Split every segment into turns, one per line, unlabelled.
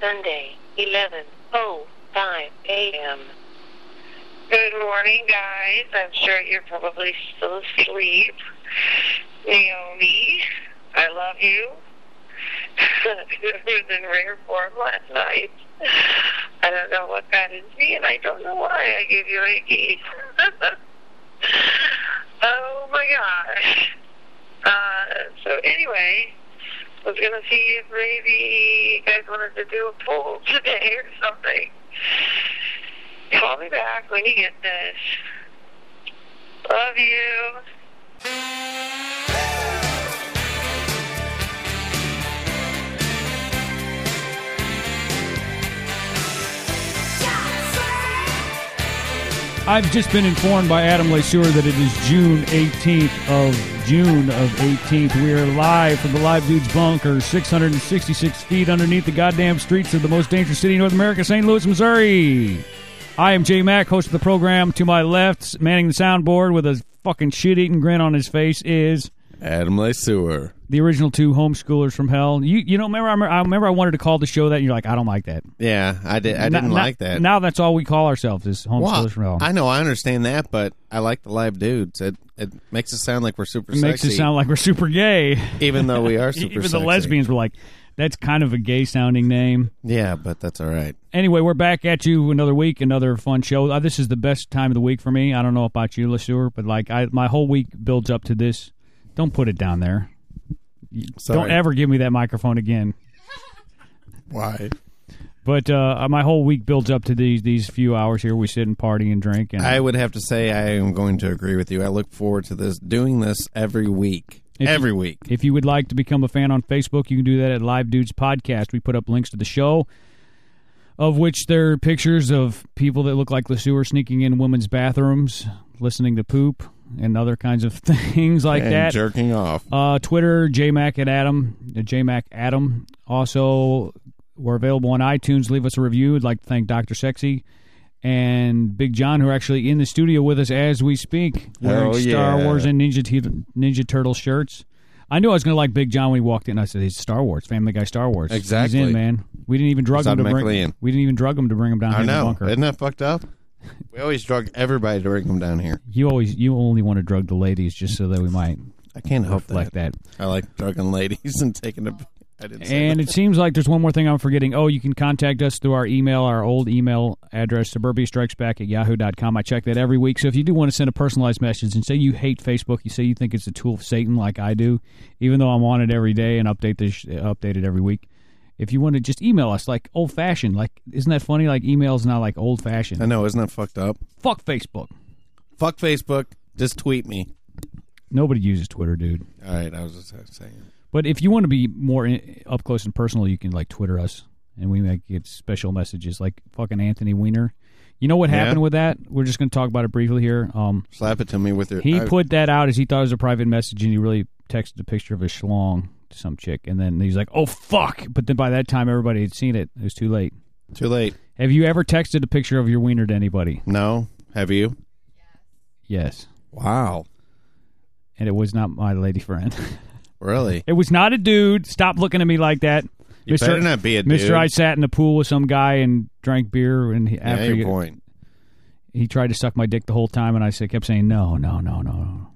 Sunday, 11.05 a.m.
Good morning, guys. I'm sure you're probably still asleep. Naomi, I love you. it was in rare form last night. I don't know what that is me, and I don't know why I gave you Iggy. oh my gosh. Uh, so anyway, I was gonna see if maybe you guys wanted to do a poll today or something. Call me back when you get this. Love you.
I've just been informed by Adam LeSueur that it is June 18th of June of 18th. We are live from the Live Dudes Bunker, 666 feet underneath the goddamn streets of the most dangerous city in North America, St. Louis, Missouri. I am Jay Mack, host of the program. To my left, manning the soundboard with a fucking shit-eating grin on his face, is
Adam LeSueur.
the original two homeschoolers from hell. You you know, remember I, remember I remember I wanted to call the show that, and you're like, I don't like that.
Yeah, I did. I
Now-
didn't
now-
like that.
Now that's all we call ourselves is homeschoolers
Well,
from hell.
I know. I understand that, but I like the live dudes. It it makes it sound like we're super
it makes
sexy,
it sound like we're super gay.
even though we are super.
Even the
sexy.
lesbians were like, that's kind of a gay sounding name.
Yeah, but that's all right.
Anyway, we're back at you another week, another fun show. Uh, this is the best time of the week for me. I don't know about you, LeSueur, but like I, my whole week builds up to this. Don't put it down there.
Sorry.
Don't ever give me that microphone again.
Why?
But uh, my whole week builds up to these these few hours here. We sit and party and drink, and
I would have to say I am going to agree with you. I look forward to this doing this every week.
If you-
every week.
If you would like to become a fan on Facebook, you can do that at Live Dudes Podcast. We put up links to the show, of which there are pictures of people that look like LeSueur sneaking in women's bathrooms, listening to poop, and other kinds of things like
and
that.
jerking off.
Uh, Twitter, JMac at Adam, uh, JMac Adam. Also, we're available on iTunes. Leave us a review. I'd like to thank Dr. Sexy and Big John, who are actually in the studio with us as we speak, wearing
Oh,
Star
yeah.
Wars and Ninja, Te- Ninja Turtle shirts. I knew I was going to like Big John when he walked in. I said, "He's Star Wars, Family Guy, Star Wars."
Exactly.
He's in, man. We didn't even drug him to bring.
Automatically in.
We didn't even drug him to bring him down here
I
in the
know.
bunker.
Isn't that fucked up? We always drug everybody to bring them down here.
you always, you only want to drug the ladies just so that we might
I can't help that.
like that.
I like drugging ladies and taking a. I didn't say
And it seems like there's one more thing I'm forgetting. Oh, you can contact us through our email, our old email address, suburbiastrikesback at yahoo.com. I check that every week. So if you do want to send a personalized message and say you hate Facebook, you say you think it's a tool of Satan like I do, even though I'm on it every day and update this update it every week. If you want to just email us like old fashioned, like isn't that funny? Like email's not like old fashioned.
I know. Isn't that fucked up?
Fuck Facebook.
Fuck Facebook. Just tweet me.
Nobody uses Twitter, dude.
All right, I was just saying.
But if you want to be more in, up close and personal, you can like Twitter us, and we might get special messages like fucking Anthony Weiner. You know what
Yeah.
happened with that? We're just going to talk about it briefly here. Um,
Slap it to me with your.
he
I-
put that out as he thought it was a private message, and he really texted a picture of a schlong to some chick, and then he's like, "Oh fuck!" But then by that time, everybody had seen it. It was too late.
Too late.
Have you ever texted a picture of your wiener to anybody?
No. Have you?
Yes,
Wow.
and it was not my lady friend.
Really?
it was not a dude. Stop looking at me like that.
You better not be a dude.
Mister, I sat in the pool with some guy and drank beer, and he,
Yeah,
after
your
he,
point.
he tried to suck my dick the whole time, and I said, kept saying no, no, no, no, no.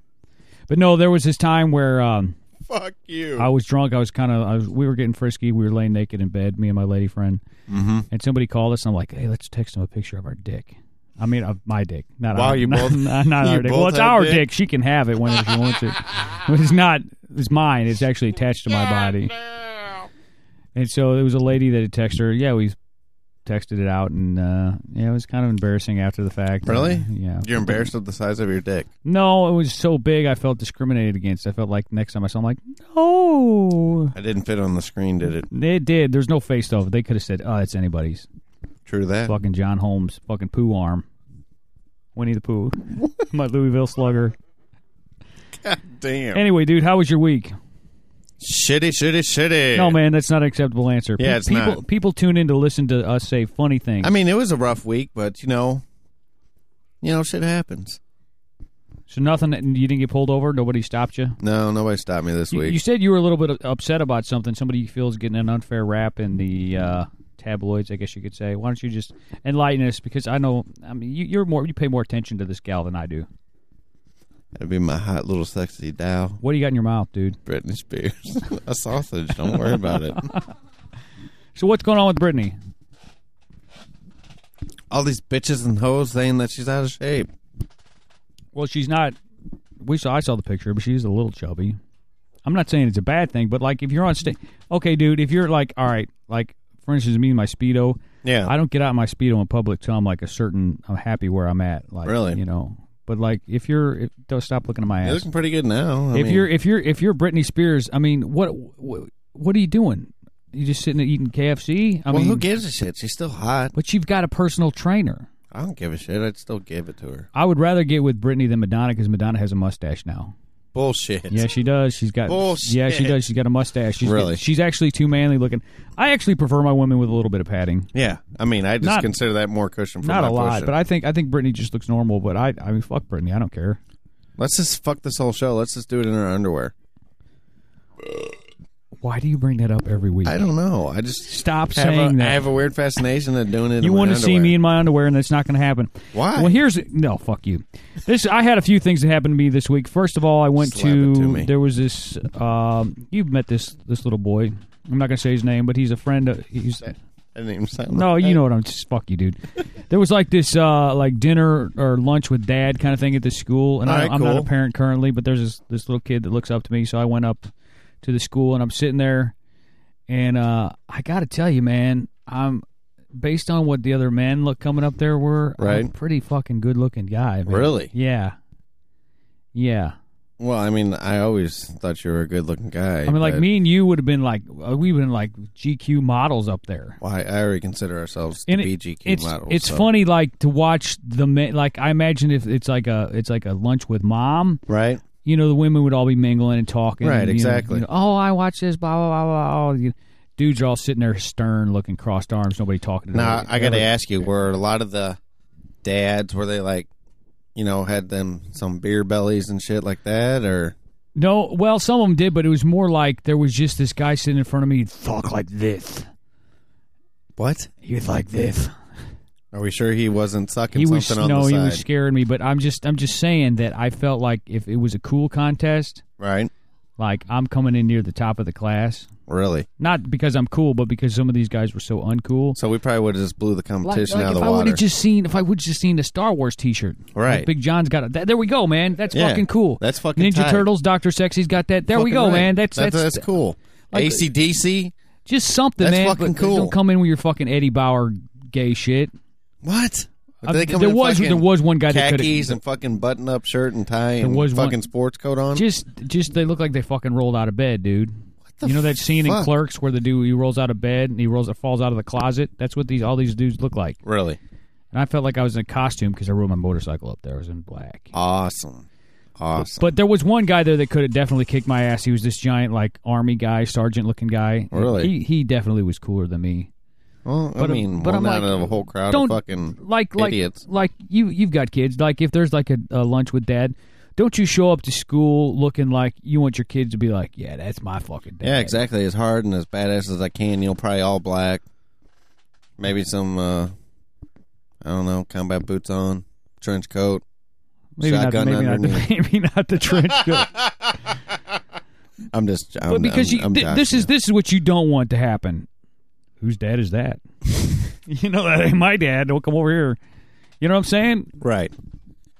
But no, there was this time where um,
Fuck you.
I was drunk. I was kind of, I was, we were getting frisky. We were laying naked in bed, me and my lady friend,
mm-hmm.
and somebody called us. And I'm like, hey, let's text him a picture of our dick. I mean, of my dick, not
Wow,
our,
you
not,
both-
not, not
you
our dick.
both
Well, it's
had
our dick.
dick?
She can have it whenever she wants it. But it's not, it's mine. It's actually attached to my body. And so there was a lady that had texted her. Yeah, we texted it out, and uh, yeah, it was kind of embarrassing after the fact. uh,
Really?
yeah.
You're embarrassed of the size of your dick.
No, it was so big. I felt discriminated against. I felt like next time I saw, him, I'm like, no,
I didn't fit on the screen, did it?
they did. There's no face though. They could have said, oh, it's anybody's.
True that.
Fucking John Holmes, fucking poo arm, Winnie the Pooh, my Louisville Slugger.
God damn.
Anyway, dude, how was your week?
Shitty, shitty, shitty.
No, man, that's not an acceptable answer.
Yeah, it's
people,
not.
People tune in to listen to us say funny things.
I mean, it was a rough week, but you know, you know, shit happens.
so nothing. You didn't get pulled over. Nobody stopped you.
No, nobody stopped me this
You,
week.
you said you were a little bit upset about something. Somebody you feel is getting an unfair rap in the uh, tabloids, I guess you could say. Why don't you just enlighten us? Because I know, I mean, you, you're more, you pay more attention to this gal than I do.
That'd be my hot little sexy doll,
What do you got in your mouth, dude?
Britney Spears. a sausage. Don't worry about it.
So what's going on with Brittany?
All these bitches and hoes saying that she's out of shape.
Well, she's not. We saw. I saw the picture, but she's a little chubby. I'm not saying it's a bad thing, but like if you're on stage, okay, dude. If you're like, all right, like for instance, me and my speedo.
Yeah.
I don't get out in my speedo in public till I'm like a certain. I'm happy where I'm at. Like
Really?
you know. But like if you're, if, don't stop looking at my
You're
ass.
looking pretty good now. I
if
mean,
you're, if you're, if you're Britney Spears, I mean, what, what, what are you doing? You just sitting there eating KFC? I
well,
mean,
who gives a shit? She's still hot.
but you've got a personal trainer.
I don't give a shit. I'd still give it to her.
I would rather get with Britney than Madonna because Madonna has a mustache now.
Bullshit.
Yeah, she does. She's got.
Bullshit.
Yeah, she does. She's got a mustache. She's
Really?
She's actually too manly looking. I actually prefer my women with a little bit of padding.
Yeah. I mean, I just
Not-
consider that more cushion for
Not
my
a lot,
pushing.
but I think I think Brittany just looks normal. But I, I mean, fuck Brittany. I don't care.
Let's just fuck this whole show. Let's just do it in her underwear.
Why do you bring that up every week?
I don't know. I just
Stop
have
saying
a,
that.
I have a weird fascination of doing it.
you
want to
see me in my underwear, and that's not going to happen.
Why?
Well, here's no fuck you. This I had a few things that happened to me this week. First of all, I went
Slap
to,
it to me.
there was this. Um, you've met this this little boy. I'm not going to say his name, but he's a friend. Of, he's
I didn't even sound
No,
like
you know what I'm just fuck you, dude. There was like this uh like dinner or lunch with dad kind of thing at the school, and
All
I,
right,
I'm not a
cool.
parent currently, but there's this this little kid that looks up to me, so I went up to the school and I'm sitting there, and uh I got to tell you, man, I'm based on what the other men look coming up there were, I'm a
Right.
pretty fucking good looking guy, man.
Really?
yeah, yeah.
Well, I mean, I always thought you were a good-looking guy.
I mean, like
but
me and you would have been like uh, we would have been like GQ models up there.
Why I already consider ourselves to
And
be
it-
GQ
it's,
models.
It's
so-
funny, like to watch the men. Like I imagine if it's like a it's like a lunch with mom.
right?
You know, the women would all be mingling and talking.
Right,
you know,
exactly.
you know, oh, I watch this. Blah blah blah blah. blah. You- Dudes are all sitting there stern, looking crossed arms. Nobody talking. to
Now,
them.
I got to
Every-
ask you: Were a lot of the dads were they like, you know, had them some beer bellies and shit like that, or
No, well, some of them did, but it was more like there was just this guy sitting in front of me. He'd talk like this.
what?
He was like this.
Are we sure he wasn't sucking
He was
something on
no,
the
he
side?
was scaring me. But I'm just, I'm just saying that I felt like if it was a cool contest,
right?
like I'm coming in near the top of the class.
Really?
not because I'm cool, but because some of these guys were so uncool.
So we probably would have just blew the
Like,
competition
like
out
if
of
I
the
would
water.
have just seen, if I would have just seen the Star Wars T-shirt,
Right.
Like Big John's got it. Th- there we go, man. That's
Yeah.
fucking cool.
That's fucking
Ninja
tight.
Turtles, Doctor Sexy's got that. There we
Fucking
go,
right.
man. That's that's,
that's, cool.
like-
ACDC?
just something,
That's
man.
fucking
but
cool.
Don't come in with your fucking Eddie Bauer gay shit.
What?
I-
They come
Uh, there
in
was-
fucking
there was one guy that could've-
khakis and fucking button up shirt and tie and
was one-
fucking sports coat on.
Just just they look like they fucking rolled out of bed, dude.
the
you know that scene in
fuck?
Clerks where the dude he rolls out of bed and he rolls falls out of the closet. That's what these all these dudes look like.
really
And I felt like I was in a costume because I rode my motorcycle up there. I was in black.
awesome, awesome.
But there was one guy there that could have definitely kicked my ass. He was this giant, like army guy, sergeant looking guy.
Really?
he he definitely was cooler than me.
well, I
but-
mean,
but
one
I'm
out
like,
of a whole crowd
don't-
of fucking
Like like
idiots.
like you you've got kids. Like if there's like a, a lunch with dad, don't you show up to school looking like you want your kids to be like, yeah, that's my fucking dad.
Yeah, exactly. As hard and as badass as I can. You'll probably all black. Maybe some, uh, I don't know, combat boots on, trench coat.
Maybe not,
Shotgun
maybe not the maybe not the trench coat.
I'm just, I'm,
But because
I'm,
you,
I'm
thi- this
joshing
is this is what you don't want to happen. Whose dad is that? you know that ain't my dad. Don't come over here. You know what I'm saying?
you. right.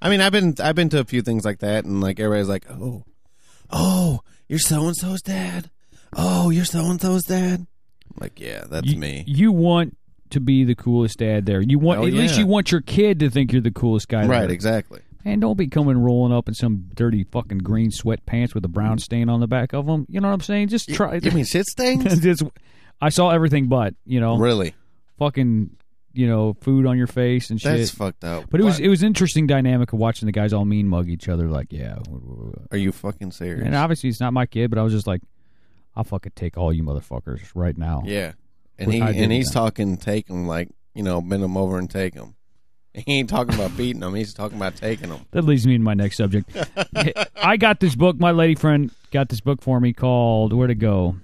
I mean, I've been, I've been to a few things like that, and like everybody's like, oh, oh, you're so and so's dad. Oh, you're so and so's dad. I'm like, yeah, that's
you,
me.
You want to be the coolest dad there. You want
Oh,
at least
yeah.
you want your kid to think you're the coolest guy.
right,
There.
exactly.
And don't be coming rolling up in some dirty fucking green sweatpants with a brown stain on the back of them. You know what I'm saying? Just try.
You mean shit stains?
just, I saw everything but you know
really?
fucking you know food on your face and shit.
That's fucked up.
but it was
What?
it was interesting dynamic of watching the guys all mean mug each other like yeah. w- w- w-
Are you fucking serious?
And obviously it's not my kid, but I was just like, I'll fucking take all you motherfuckers right now.
Yeah, and
Which
he
I
and
didn't
he's
know.
talking take him like you know bend him over and take him. He ain't talking about beating him. He's talking about taking him.
That leads me to my next subject. I got this book. My lady friend got this book for me called Where to Go.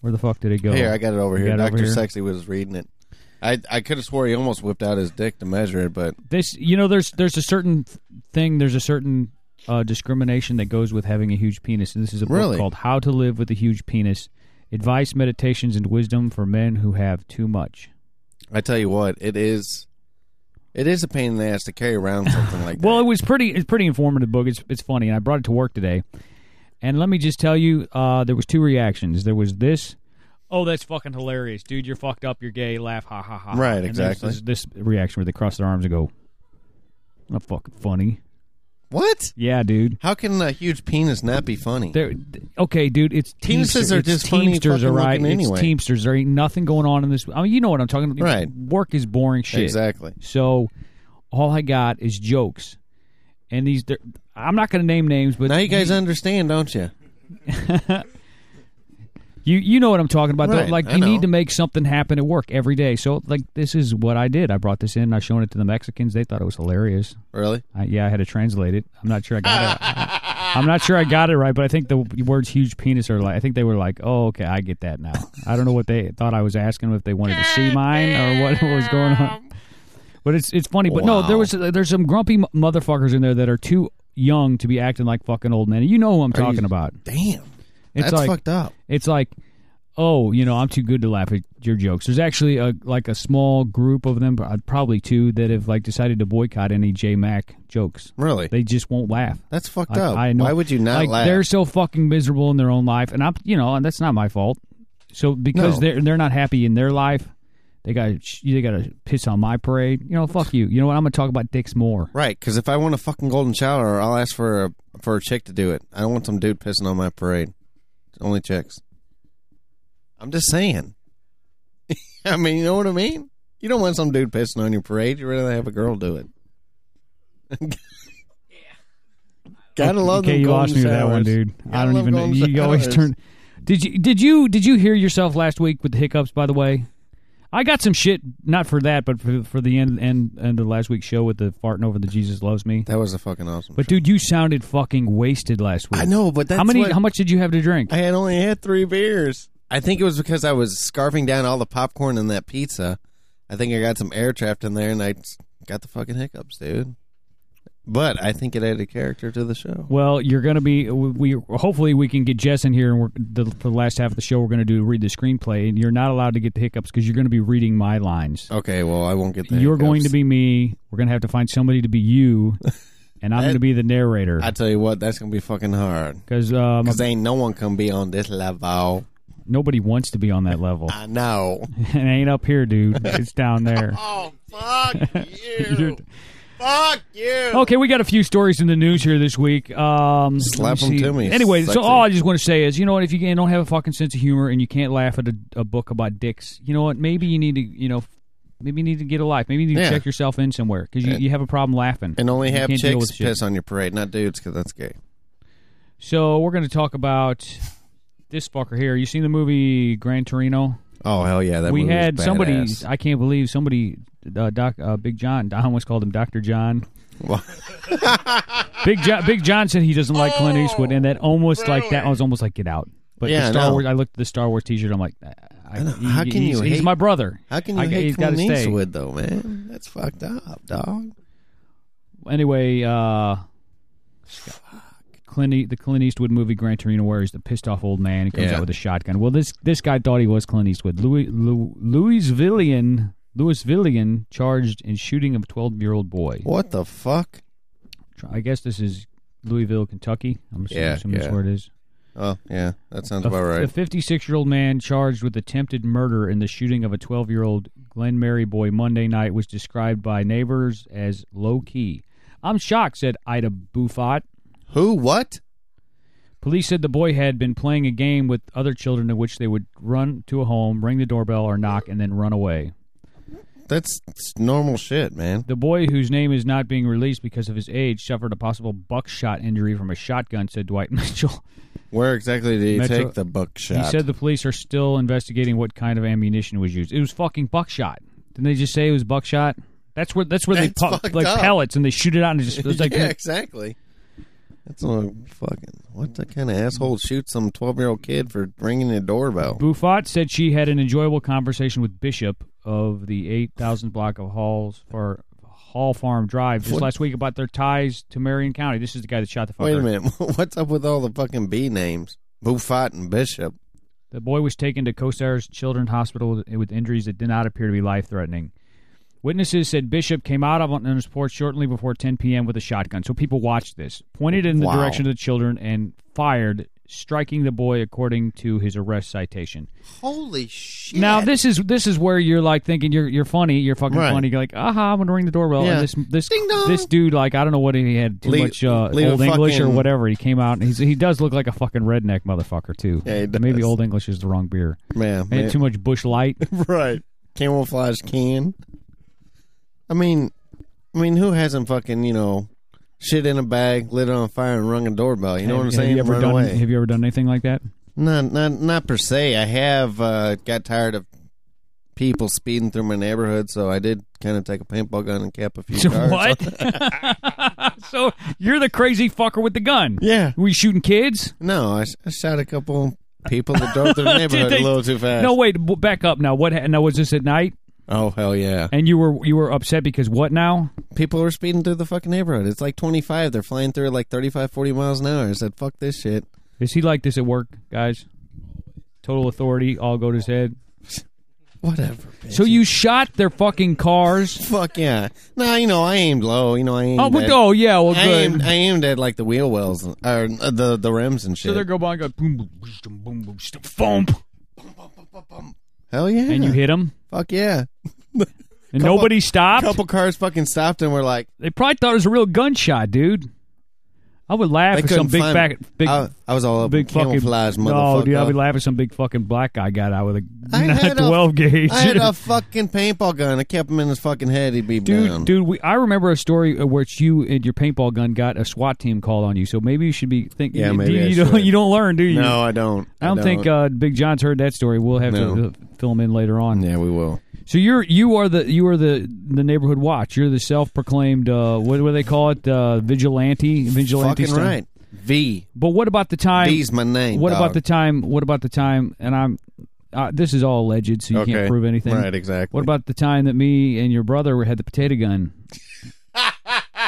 Where the fuck did it go?
Here, I got it over
You
here.
got it over
Doctor
here?
Sexy was reading it. I I could have swore he almost whipped out his dick to measure it, but
this you know there's there's a certain th- thing there's a certain uh, discrimination that goes with having a huge penis and this is a book
Really?
called how to live with a huge penis advice meditations and wisdom for men who have too much
I tell you what, it is, it is a pain in the ass to carry around something like that.
well it was pretty it's pretty informative book it's, it's funny and i brought it to work today and let me just tell you uh, there was two reactions there was this oh that's fucking hilarious dude you're fucked up you're gay laugh ha ha ha
Right,
And there's
exactly.
this, this reaction where they cross their arms and go not fucking funny
what?
yeah dude
How can a huge penis not be funny?
They're, okay, dude. It's
Penises
teamster-
are
it's
just funny
teamsters,
fucking
all right?
looking anyway.
It's teamsters. There ain't nothing going on in this. I mean, you know what I'm talking. about.
Right.
Work is boring shit.
Exactly.
So, all I got is jokes, and these. they're- I'm not going to name names, but
Now you guys understand, don't you?
you you know what I'm talking about. though.
Right,
like
I
you
know.
need to make something happen at work every day. So like this is what I did. I brought this in. I shown it to the Mexicans. They thought it was hilarious.
Really?
I, Uh, yeah, I had to translate it. I'm not sure I got it. I, am not sure I got it right, but I think the words "huge penis" are like. I think they were like, "Oh, okay, I get that now." I don't know what they thought I was asking if they wanted to see mine or what, was going on. But it's it's funny. But no, there
Wow.
was there's some grumpy m- motherfuckers in there that are too young to be acting like fucking old men. You know who I'm talking about?
Damn,
It's
that's
like
fucked up.
it's like. Oh, you know, I'm too good to laugh at your jokes. There's actually a like a small group of them, probably two, that have like decided to boycott any J Mac jokes.
Really?
They just won't laugh.
that's fucked
I-
up.
I know.
Why would you not
like,
laugh?
They're so fucking miserable in their own life, and I'm, you know, and that's not my fault. So because
No.
they're they're not happy in their life, they got they got to piss on my parade. You know, fuck you. You know what? I'm gonna talk about dicks more.
Right, because if I want a fucking golden shower, I'll ask for a for a chick to do it. I don't want some dude pissing on my parade. Only chicks. I'm just saying. I mean, you know what I mean. You don't want some dude pissing on your parade. You'd rather have a girl do it. Gotta love
okay,
them
you
golden
lost me with that
showers.
one, dude. I
Gotta
don't
love
even. know.
golden
You always
showers.
turn. Did you did you did you hear yourself last week with the hiccups? By the way, I got some shit not for that, but for for the end end end of last week's show with the farting over the Jesus loves me.
That was a fucking awesome.
But
show.
dude, you sounded fucking wasted last week.
I know, but that's
how many?
what-
How much did you have to drink?
I had only had three beers. I think it was because I was scarfing down all the popcorn in that pizza. I think I got some air trapped in there, and I got the fucking hiccups, dude. But I think it added character to the show.
Well, you're going to be. We we- hopefully we can get Jess in here, and we're, the, for the last half of the show, we're going to do read the screenplay. And you're not allowed to get the hiccups because you're going to be reading my lines.
Okay, well I won't get the.
you're
hiccups.
going to be me. We're going to have to find somebody to be you, and I'm going to be the narrator
I tell you what, that's gonna be fucking hard
because um,
because ain't no one can be on this level.
nobody wants to be on that level.
I know.
it ain't up here, dude. It's down there.
Oh fuck
You're-
you! fuck you!
Okay, we got a few stories in the news here this week. Um,
Slap 'em
let see.
to me,
Anyway,
sexy.
so all I just want to say is, you know what? If you don't have a fucking sense of humor and you can't laugh at a, a book about dicks, you know what? Maybe you need to, you know, maybe you need to get a life. Maybe you need to
Yeah.
check yourself in somewhere because you, you have a problem laughing
And only
You
have
can't deal
chicks
with shit.
piss on your parade, not dudes, because that's gay.
So we're going to talk about this fucker here. You seen the movie Gran Torino?
Oh hell yeah! That
we
movie was
had somebody.
badass.
I can't believe somebody. Uh, Doc, uh, Big John. I almost called him Doctor John.
Well-
Big John, Big John said he doesn't like Clint Eastwood, and that almost like that I was almost like get out. But the
Yeah, I
Star
know.
Wars, I looked at the Star Wars T-shirt. I'm like, I, I,
know. How
he-
can you
he's, he's
hate-
my brother.
How can you
I-
hate
he's gotta
Clint
stay.
Eastwood though, man? That's fucked up, dog.
Anyway, uh, Clint, E- the Clint Eastwood movie Gran Torino, where he's the pissed off old man who comes
Yeah.
out with a shotgun. Well, this this guy thought he was Clint Eastwood. Louis Lou, Louis Villian Louis Villian charged in shooting of a 12 year old boy.
What the fuck?
I guess this is Louisville, Kentucky. I'm assuming,
Yeah,
assuming that's
yeah.
where it is.
Oh yeah, that sounds
A
about right.
56 year old man charged with attempted murder in the shooting of a 12 year old Glenmary boy Monday night was described by neighbors as low key. I'm shocked, said Ida Buffat.
Who? What?
Police said the boy had been playing a game with other children in which they would run to a home, ring the doorbell or knock, and then run away.
That's it's normal shit, man.
The boy, whose name is not being released because of his age, suffered a possible buckshot injury from a shotgun, said Dwight Mitchell.
Where exactly did he
Metro-
take the buckshot?
He said the police are still investigating what kind of ammunition was used. It was fucking buckshot. Didn't they just say it was buckshot? That's where that's where
That's
they pop
fucked
like
up.
pellets and they shoot it out and it just it's like
yeah, exactly. That's a fucking what the kind of asshole shoots some twelve year old kid for ringing the doorbell?
Buffat said she had an enjoyable conversation with Bishop of the 8,000 block of Halls for Hall Farm Drive just
What?
last week about their ties to Marion County. This is the guy that shot the fucker.
Wait a minute, what's up with all the fucking B names? Buffat and Bishop.
The boy was taken to Costar's Children's Hospital with- with injuries that did not appear to be life threatening. Witnesses said Bishop came out on his porch shortly before 10 p.m. with a shotgun. So people watched this, pointed in the
Wow.
direction of the children, and fired, striking the boy according to his arrest citation.
Holy shit!
Now this is this is where you're like thinking you're you're funny, you're fucking
Right.
funny. You're like, aha, I'm gonna ring the doorbell.
Yeah.
And this this
Ding dong.
this dude, like, I don't know what he had too
Leave-
much uh,
leave a
old English or
fucking-
whatever. He came out and he's, he does look like a fucking redneck motherfucker too.
Yeah, he does.
maybe old English is the wrong beer.
man,
Maybe
man.
too much bush light.
right? Camouflage can. I mean, I mean, who hasn't fucking you know shit in a bag, lit it on fire, and rung a doorbell? You know what I'm
have,
saying?
Have you, ever
Run
done,
away.
have you ever done anything like that?
Not, not, not per se. I have uh, got tired of people speeding through my neighborhood, so I did kind of take a paintball gun and cap a few cars.
what? so you're the crazy fucker with the gun.
Yeah.
We shooting kids?
No, I, I shot a couple people that drove through the neighborhood
they-
a little too fast.
No, wait. w- Back up now. What? ha- Now was this at night?
Oh hell yeah!
And you were you were upset because what now?
People were speeding through the fucking neighborhood. It's like 25. They're flying through at like 35, 40 miles an hour. I said, "Fuck this shit."
Is he like this at work, guys? Total authority, all go to his head.
Whatever. Bitch.
So you shot their fucking cars?
Fuck yeah. No, you know I aimed low. You know I aimed.
Oh, but,
at,
oh yeah, well
I aimed,
good.
I aimed at like the wheel wells or uh, the the rims and
So
shit.
they go by and go boom boom whoosh, boom boom boom sh- thump,
Hell yeah!
and you hit them,
Fuck yeah!
and
Couple-
nobody
A
stopped.
couple cars fucking stopped and were like,
They probably thought it was a real gunshot, dude. I would laugh
they
if
couldn't
some big
find
back, big,
I, I was all up in
big fucking
camouflage, motherfucker.
No, dude, I'd be laughing if some big fucking black guy got out with a
I had a-
12 gauge.
I had a fucking paintball gun. I kept him in his fucking head. He'd be
Dude,
down.
dude, we, I remember a story in which you and your paintball gun got a SWAT team called on you. So maybe you should be thinking.
Yeah,
you-
maybe
you,
I
don't.
should.
You don't learn, do you?
No, I don't.
I don't, think uh, Big John's heard that story. We'll have to
No.
uh, fill him in later on.
yeah, we will.
So you're you are the you are the the neighborhood watch. You're the self proclaimed uh, what do they call it? Uh, vigilante, vigilante.
Fucking
stuff.
right. V.
But what about the time?
V's my name.
what
dog.
about the time? What about the time? And I'm uh, this is all alleged, so you
Okay.
can't prove anything.
Right, exactly.
What about the time that me and your brother were- had the potato gun?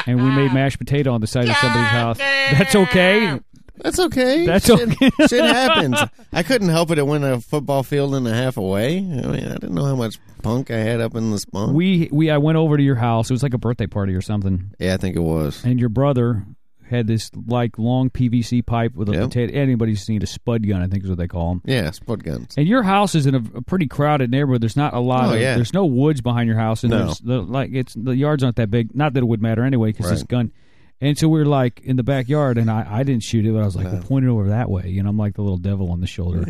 and we made mashed potato on the side of somebody's house. That's okay.
That's okay.
That's
shit,
okay.
shit happens. I couldn't help it. It went a football field and a half away. I mean, I didn't know how much punk I had up in the spunk.
We we I went over to your house. It was like a birthday party or something.
yeah, I think it was.
And your brother had this like long PVC pipe with a
Yep.
potato. Anybody's seen a spud gun, I think is what they call them.
Yeah, spud guns.
And your house is in a, a pretty crowded neighborhood. There's not a lot.
Oh,
of,
yeah.
There's no woods behind your house, and
No.
there's the, like it's the yards aren't that big. Not that it would matter anyway, because this
Right.
gun. And so we were like in the backyard, and I, I didn't shoot it, but I was like, well, point it over that way. You know, I'm like the little devil on the shoulder.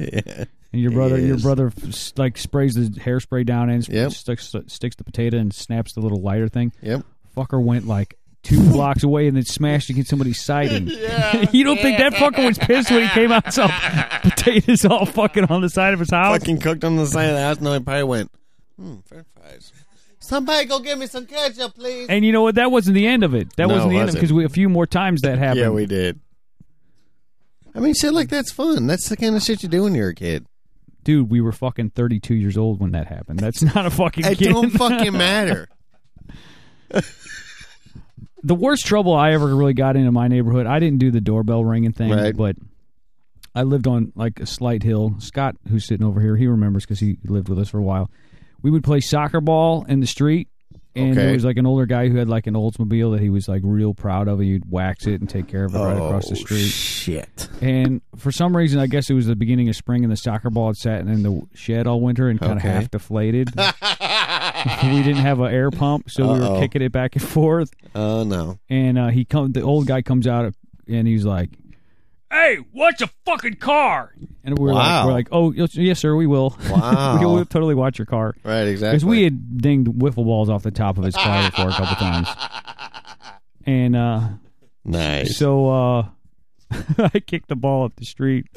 And your brother, your
Yes.
brother, f- s- like sprays the hairspray down and sp-
Yep.
sticks sticks the potato and snaps the little lighter thing.
Yep.
Fucker went like two blocks away and then smashed against somebody's siding. you don't think that fucker was pissed when he came out? Some potatoes all fucking on the side of his house.
Fucking cooked on the side of the house, and I probably went, hmm, french fries. Somebody go get me some ketchup, please.
And you know what? That wasn't the end of it. That
No,
wasn't the
it
end of it
wasn't.
because a few more times that happened.
Yeah, we did. I mean, shit like that's fun. That's the kind of shit you do when you're a kid.
Dude, we were fucking 32 years old when that happened. That's not a fucking
It
kid.
don't fucking matter.
the worst trouble I ever really got into my neighborhood, I didn't do the doorbell ringing thing,
Right.
but I lived on like a slight hill. Scott, who's sitting over here, he remembers because he lived with us for a while. We would play soccer ball in the street. And there
Okay.
was like an older guy who had like an Oldsmobile that he was like real proud of. and He'd wax it and take care of it
Oh,
right across the street.
shit.
And for some reason, I guess it was the beginning of spring, and the soccer ball had sat in the shed all winter and kind of
Okay.
half deflated. we didn't have an air pump, so we were
Uh-oh.
kicking it back and forth.
Oh, no.
And uh, he come, the old guy comes out, and he's like, "Hey, what's a fucking car?" And we we're like,
Wow.
"We're like, oh yes, yes, sir, we will.
Wow.
we will totally watch your car."
Right, exactly.
Because we had dinged wiffle balls off the top of his car before a couple times, and uh,
Nice.
so uh, I kicked the ball up the street.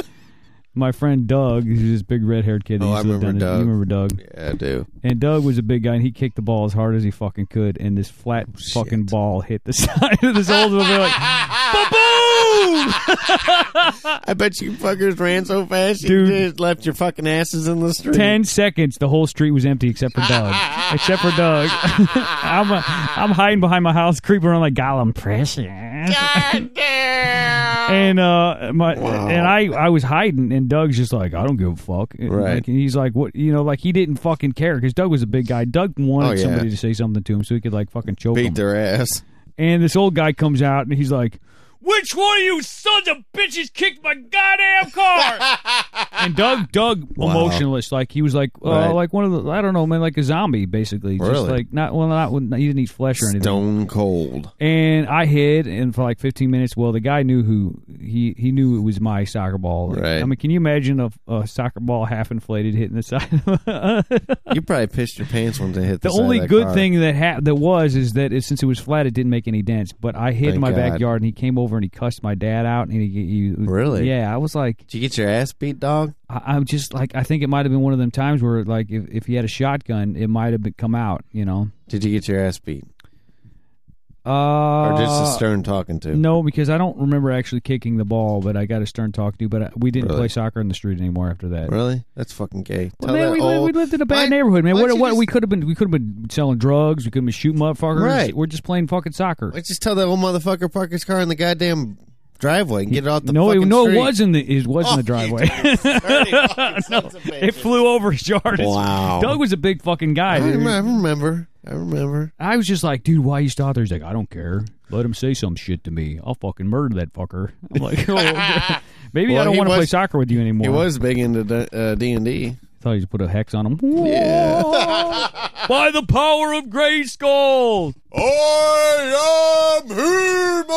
My friend Doug, who's this big red haired kid. that
Oh,
used
I
to live
remember
down there- You
Doug.
remember Doug?
yeah, I do.
And Doug was a big guy, and he kicked the ball as hard as he fucking
Oh,
could, and this flat fucking ball hit the side of this old like,
I bet you fuckers ran so fast you
Dude.
just left your fucking asses in the street.
Ten seconds, the whole street was empty except for Doug. except for Doug. I'm uh, I'm hiding behind my house, creeping around like Gollum precious.
God damn.
And uh, my
Wow.
and I I was hiding, and Doug's just like I don't give a fuck. And,
Right.
like, and he's like, what you know, like he didn't fucking care because Doug was a big guy. Doug wanted
Oh, yeah.
somebody to say something to him so he could like fucking choke him.
Beat their ass.
And this old guy comes out and he's like, Which one of you sons of bitches kicked my goddamn car? and Doug, Doug,
Wow.
emotionless, like he was like, uh,
Right.
like one of the, I don't know, man, like a zombie, basically, just
Really?
like not, well, not when he didn't eat flesh or anything.
Stone cold.
And I hid, and for like 15 minutes, well, the guy knew who he he knew it was my soccer ball.
Right.
I mean, can you imagine a, a soccer ball half inflated hitting the side?
You probably pissed your pants when they hit the,
The
side of
only
that
good
car.
thing that ha- that was is that it, since it was flat, it didn't make any dents. But I hid in
Thank
my
God.
backyard, and he came over and he cussed my dad out, and he, he
Really?
yeah. I was like,
Did you get your ass beat, dog?
I, I'm just like, I think it might have been one of them times where like if, if he had a shotgun, it might have been- come out, you know.
Did you get your ass beat,
Uh,
or just a stern talking to?
no, because I don't remember actually kicking the ball, but I got a stern talk to. But I, we didn't
Really?
play soccer in the street anymore after that.
Really? That's fucking gay.
Well,
Tell
man,
that
we, li-
old,
we lived in a bad
Why-
neighborhood, man.
why
What,
don't you
what
just-
we could have been, we could have been selling drugs. We could have been shooting motherfuckers.
Right.
We're just playing fucking soccer.
Let's just tell that old motherfucker park his car in the goddamn driveway and get it off the
no, it,
fucking
no,
street. Oh,
it wasn't. The, it wasn't the driveway.
no,
It flew over his yard.
Wow.
Doug was a big fucking guy.
I
dude.
remember, I remember. I remember.
I was just like, dude, why you stop there? He's like, I don't care. Let him say some shit to me. I'll fucking murder that fucker. I'm like, oh, maybe I
Well,
don't
he
want to play
was-
soccer with you anymore.
He was big into D- uh, D&D.
Thought you just put a hex on him. Yeah. By the power of Grayskull.
I am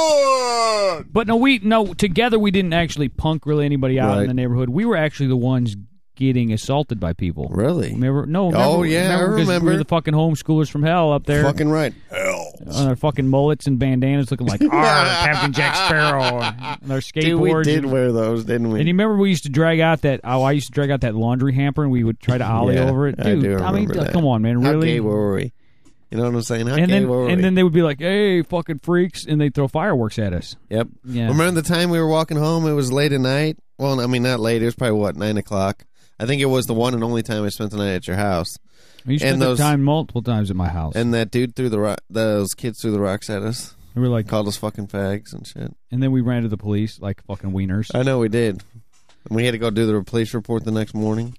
Herman!
But no, we no together we didn't actually punk really anybody out in
Right.
the neighborhood. We were actually the ones getting assaulted by people.
Really?
Remember? No. Remember,
Oh, yeah, I
'cause We
remember.
were the fucking homeschoolers from hell up there.
Fucking right. Hell.
on their fucking mullets and bandanas, looking like "Ah, Captain Jack Sparrow, and their skateboards.
Dude, we did
and,
wear those, didn't we?
and you remember we used to drag out that oh, I used to drag out that laundry hamper, and we would try to ollie
Yeah,
over it.
I
Dude,
do
mean,
remember that.
come on, man,
How
really.
gay were we? You know what I'm saying? How
and
gay
then
were we?
and then they would be like, "Hey, fucking freaks!" and they would throw fireworks at us.
Yep.
Yeah.
Remember the time we were walking home? It was late at night. Well, I mean, not late. It was probably what nine o'clock. I think it was the one and only time I spent the night at your house.
You spent
those-
the time multiple times at my house, and,
And that dude threw the ro- those kids threw the rocks at us,
we were like,
called us fucking fags and shit.
and then we ran to the police like fucking wieners.
I know we did. And we had to go do the police report the next morning.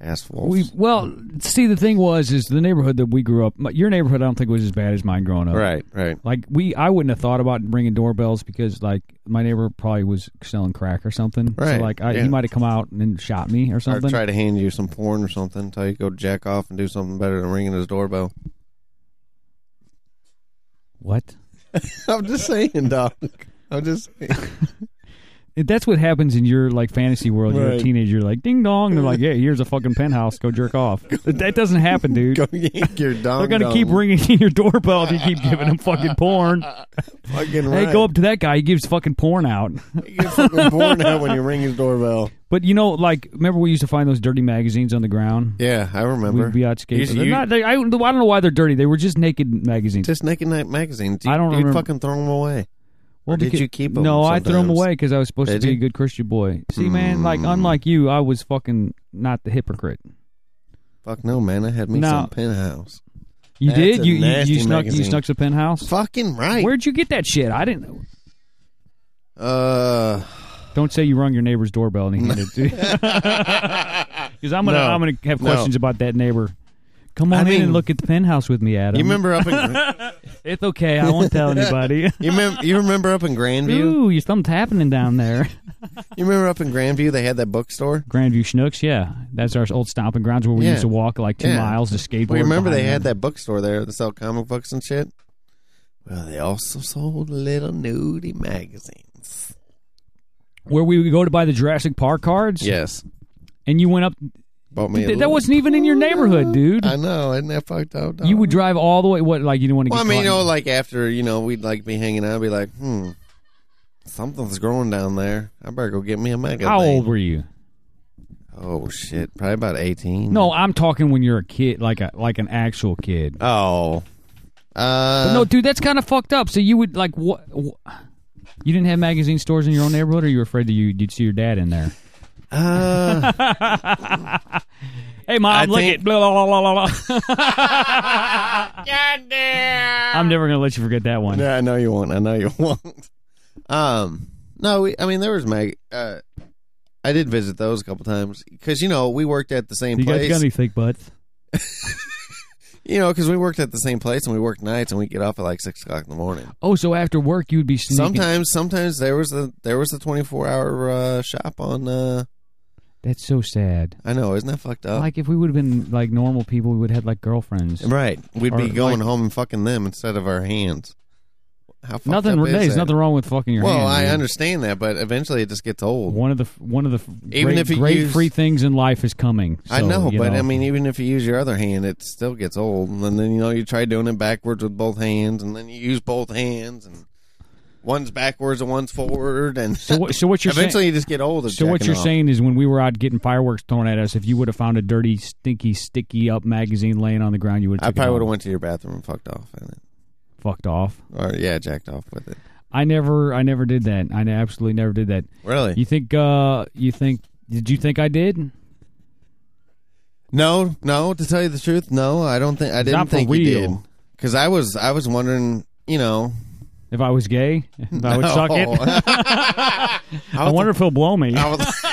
Ass wolves.
We well, see, the thing was, is the neighborhood that we grew up. Your neighborhood, I don't think was as bad as mine growing up.
right, right.
Like we, I wouldn't have thought about bringing doorbells because like my neighbor probably was selling crack or something.
Right,
So like I, he
yeah.
might have come out and then shot me or
Or
something.
try to hand you some porn or something until you go jack off and do something better than ringing his doorbell.
what?
I'm just saying, dog. I'm just saying.
That's what happens in your like fantasy world. You're a
Right.
teenager. You're like ding dong. They're like, yeah, here's a fucking penthouse. Go jerk off. that doesn't happen, dude.
Go yank your dog.
They're gonna keep ringing your doorbell if you keep giving them fucking porn.
Fucking
Hey,
right.
go up to that guy. He gives fucking porn out.
You get fucking born out when you ring his doorbell.
but you know, like, remember we used to find those dirty magazines on the ground.
Yeah, I remember.
We'd be out skating.
You-
They're
you-
not- they- I, I don't know why they're dirty. They were just naked magazines.
just Naked Night magazine. You,
I don't
you'd
remember.
fucking throw them away.
Well,
Or did
because-
you keep 'em
No, I threw them
sometimes?
away because I was supposed
Did
to be
you? Hmm.
a good Christian boy. See, man, like unlike you, I was fucking not the hypocrite.
Fuck no, man. I had me
No.
some penthouse.
You
That's
did.
a
You you,
nasty
you snuck you
magazine.
snuck to penthouse.
Fucking right.
Where'd you get that shit? I didn't. know.
uh,
Don't say you rung your neighbor's doorbell and he handed it to you. Because I'm gonna
No.
I'm gonna have
No.
questions about that neighbor. Come on
I
in
mean-
and look at the penthouse with me, Adam.
you remember up in
It's okay. I won't tell anybody.
you remember you remember up in Grandview?
Ooh, something's happening down there.
You remember up in Grandview they had that bookstore.
Grandview Schnooks, yeah, that's our old stomping grounds where we
Yeah.
used to walk like two
Yeah.
miles to skateboard.
Well, you remember they
behind
had
them.
that bookstore there that sell comic books and shit. Well, they also sold little nudie magazines.
where we would go to buy the Jurassic Park cards.
Yes,
and you went up.
bought me. a
Th- that
little-
wasn't even in your neighborhood, dude.
I know, isn't that fucked up? dog?
You would drive all the way. What, like you didn't want to
Well, I
get
mean, you
caught
know,
in-
like after you know, we'd like be hanging out, be like, hmm, something's growing down there. I better go get me a magazine.
How old were you?
Oh shit, probably about eighteen.
No, I'm talking when you're a kid, like a like an actual kid.
Oh. Uh,
no, dude, that's kind of fucked up. So you would like what? You didn't have magazine stores in your own neighborhood, or you were afraid that you, you'd see your dad in there?
Uh,
Hey, mom,
I
look
think-
at blah, blah, blah, blah, blah. I'm never going to let you forget that one.
yeah, I know you won't. I know you won't. Um, no, we, I mean there was mag. Uh, I did visit those a couple times because you know we worked at the same
You guys
place.
got any fake butts?
you know, because we worked at the same place and we worked nights and we get off at like six o'clock in the morning.
Oh, so after work you'd be sneaking.
Sometimes, sometimes there was a there was a twenty four hour uh, shop on. Uh,
That's so sad.
I know, isn't that fucked up?
Like if we would have been like normal people, we would have had like girlfriends.
Uh, right, we'd
Or,
be going
like-
home and fucking them instead of our hands. How fucked
Nothing.
Up is
There's
that?
nothing wrong with fucking your
Well,
hand,
I
dude.
understand that, but eventually it just gets old.
One of the one of the
Even
great,
if you
great
use-
free things in life is coming.
I
So,
know,
you
but I mean, even if you use your other hand, it still gets old. And then you know you try doing it backwards with both hands, and then you use both hands, and one's backwards and one's forward, and
so what, so what you're
eventually
saying?
you just get old. at
So what
jacking
you're
off.
saying is when we were out getting fireworks thrown at us, if you would have found a dirty, stinky, sticky up magazine laying on the ground, you would.
I probably would have went to your bathroom and fucked off in it,
fucked off.
or yeah, jacked off with it.
I never, I never did that. I absolutely never did that.
Really?
You think? uh You think? Did you think I did?
No, no. To tell you the truth, no. I don't think I didn't
Not for
think you did
real.
because I was I was wondering, you know,
If I was gay, if I would suck it. I
was
wonder if he'll blow me.
I was.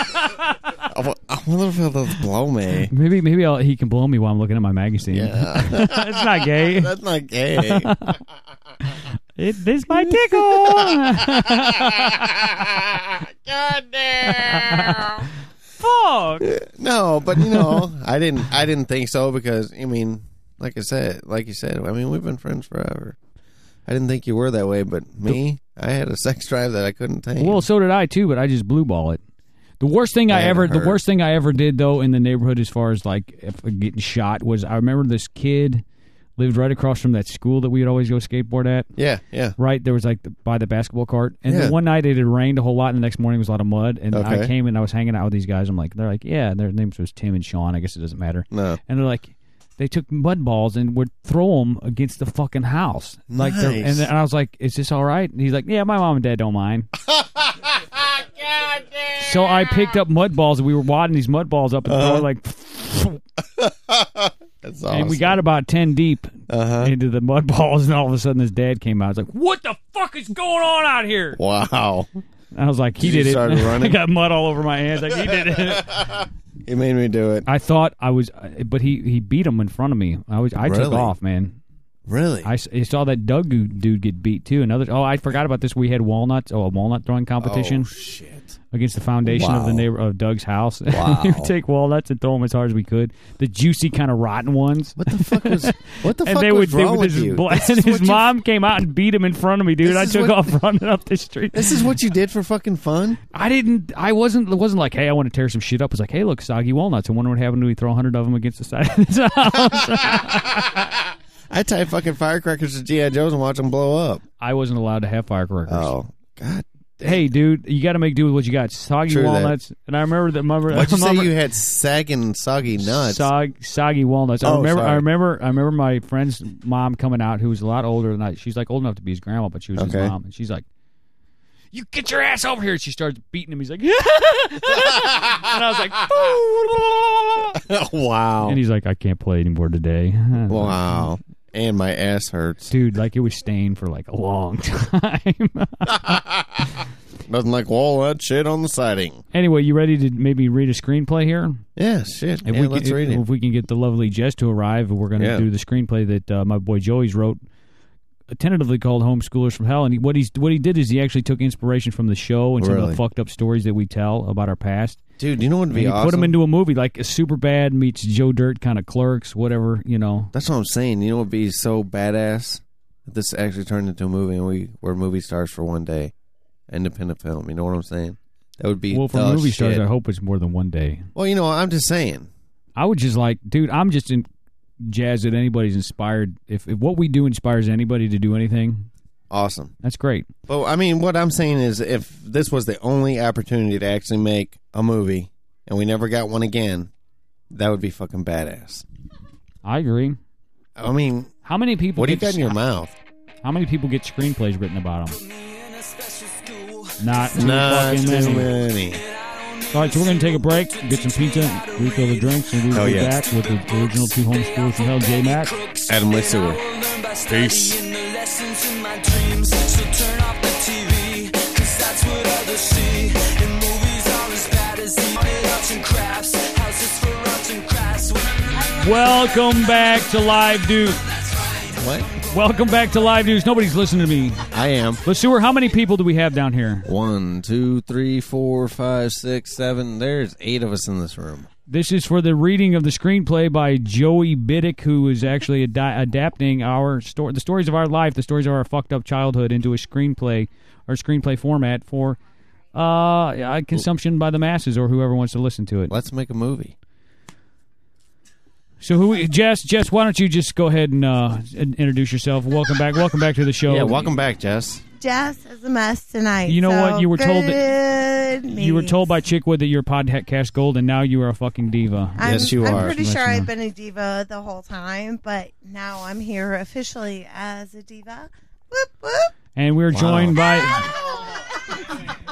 I wa- I wonder if it'll just blow me.
Maybe, maybe I'll, he can blow me while I'm looking at my magazine.
Yeah,
it's not gay.
that's not gay.
It, this might tickle. Fuck.
No, but you know, I didn't. I didn't think so because I mean, like I said, like you said, I mean, we've been friends forever. I didn't think you were that way, but me, I had a sex drive that I couldn't tame.
Well, so did I too, but I just blue ball it. The worst thing I
That
ever, the
hurt.
worst thing I ever did though in the neighborhood, as far as like if, uh, getting shot, was I remember this kid lived right across from that school that we would always go skateboard at.
yeah, yeah.
Right there was like the, by the basketball court, and
Yeah.
then one night it had rained a whole lot, and the next morning was a lot of mud. And I
Okay.
came and I was hanging out with these guys. I'm like, they're like, yeah, their names was Tim and Sean. I guess it doesn't matter.
No,
and they're like they took mud balls and would throw them against the fucking house like they're-
Nice.
and, and i was like is this all right and he's like yeah my mom and dad don't mind so i picked up mud balls and we were wadding these mud balls up and throwing like
that's Uh-huh. awesome.
and we got about 10 deep
uh-huh.
into the mud balls and all of a sudden his dad came out i was like what the fuck is going on out here
Wow,
and i was like he
Did you
did it
start running?
i got mud all over my hands like he did it
you made me do it.
i thought i was but he he beat him in front of me i was i took
Really?
off man
Really?
I, s- I saw that Doug gu- dude get beat too. Another. Oh, I forgot about this. We had walnuts. Oh, a walnut throwing competition
Oh, shit.
against the foundation of the
Wow.
neighbor of Doug's house. Wow. we would take walnuts and throw them as hard as we could. The juicy kind of rotten ones.
What the fuck was? What the
and
fuck
they would.
was
They
wrong
would
with
just
you?
bla-
This
and
is
his
what you-
mom came out and beat him in front of me, dude.
This
I
is
took
what-
off running up the street.
This is what you did for fucking fun.
I didn't. I wasn't. It wasn't like, hey, I want to tear some shit up. It was like, hey, look, soggy walnuts. I wonder what happened to we throw a hundred of them against the side of this house.
I tie fucking firecrackers to GI Joes and watch them blow up.
I wasn't allowed to have firecrackers.
Oh God!
hey, dude, you got to make do with what you got. Soggy
True that.
walnuts, and I remember that. Remember,
Why'd you
I
say
remember
you had sagging, soggy nuts?
Sog, soggy walnuts. I
Oh,
remember. I
sorry.
remember. I remember my friend's mom coming out, who was a lot older than I. She's like old enough to be his grandma, but she was
Okay.
his mom, and she's like, "You get your ass over here!" And she starts beating him. He's like, and I was like,
wow!
and he's like, "I can't play anymore today."
Wow! And my ass hurts.
Dude, like it was stained for like a long time.
Nothing like walnut shit on the siding.
anyway, you ready to maybe read a screenplay here?
Yeah, shit.
If
yeah,
we
let's
can,
read
if,
it.
we can get the lovely Jess to arrive, we're going to
Yeah.
do the screenplay that uh, my boy Joey's wrote, uh, tentatively called "Homeschoolers from Hell." And he, what he's what he did is he actually took inspiration from the show and some of the
Really?
fucked up stories that we tell about our past,
Dude, you know what'd
and
be
he
awesome?
put them into a movie like a super bad meets Joe Dirt kind of clerks, whatever you know.
That's what I'm saying. You know what'd be so badass? If This actually turned into a movie, and we were movie stars for one day, independent film. You know what I'm saying? That would be
Well, for
the
movie
shit.
stars, I hope it's more than one day.
Well, you know, I'm just saying.
I would just like, dude, I'm just in jazz that anybody's inspired. If, if what we do inspires anybody to do anything,
Awesome.
that's great.
But I mean, what I'm saying is, if this was the only opportunity to actually make a movie, and we never got one again, that would be fucking badass.
I agree.
I mean,
How many people?
what do you
get
got in your mouth?
How many people get screenplays written about them?
Put me in a special school.
Not too
Not
fucking
too
many.
many.
All right, so we're going to take a break, get some pizza, refill the drinks, and we'll
Hell
be
yeah.
back with the original two homeschoolers from hell, J Mac.
Adam Lee Seward.
Peace.
Welcome back to Live News.
What?
Welcome back to Live News. Nobody's listening to me.
I am.
But Sewer, how many people do we have down here?
One, two, three, four, five, six, seven. There's eight of us in this room.
This is for the reading of the screenplay by Joey Biddick, who is actually ad- adapting our story, the stories of our life, the stories of our fucked up childhood, into a screenplay or screenplay format for uh, yeah, consumption by the masses or whoever wants to listen to it.
Let's make a movie.
So, who, Jess, Jess, why don't you just go ahead and uh, in- introduce yourself? Welcome back, welcome back to the show.
Yeah, welcome back, Jess.
Jess is a mess tonight.
You know
so
what? You were told
That
You were told by Chickwood that you're a podcast gold, and now you are a fucking diva.
I'm,
Yes, you
I'm
are.
pretty
Just
sure
let you
I've been a diva the whole time, but now I'm here officially as a diva. Whoop whoop.
And we're joined by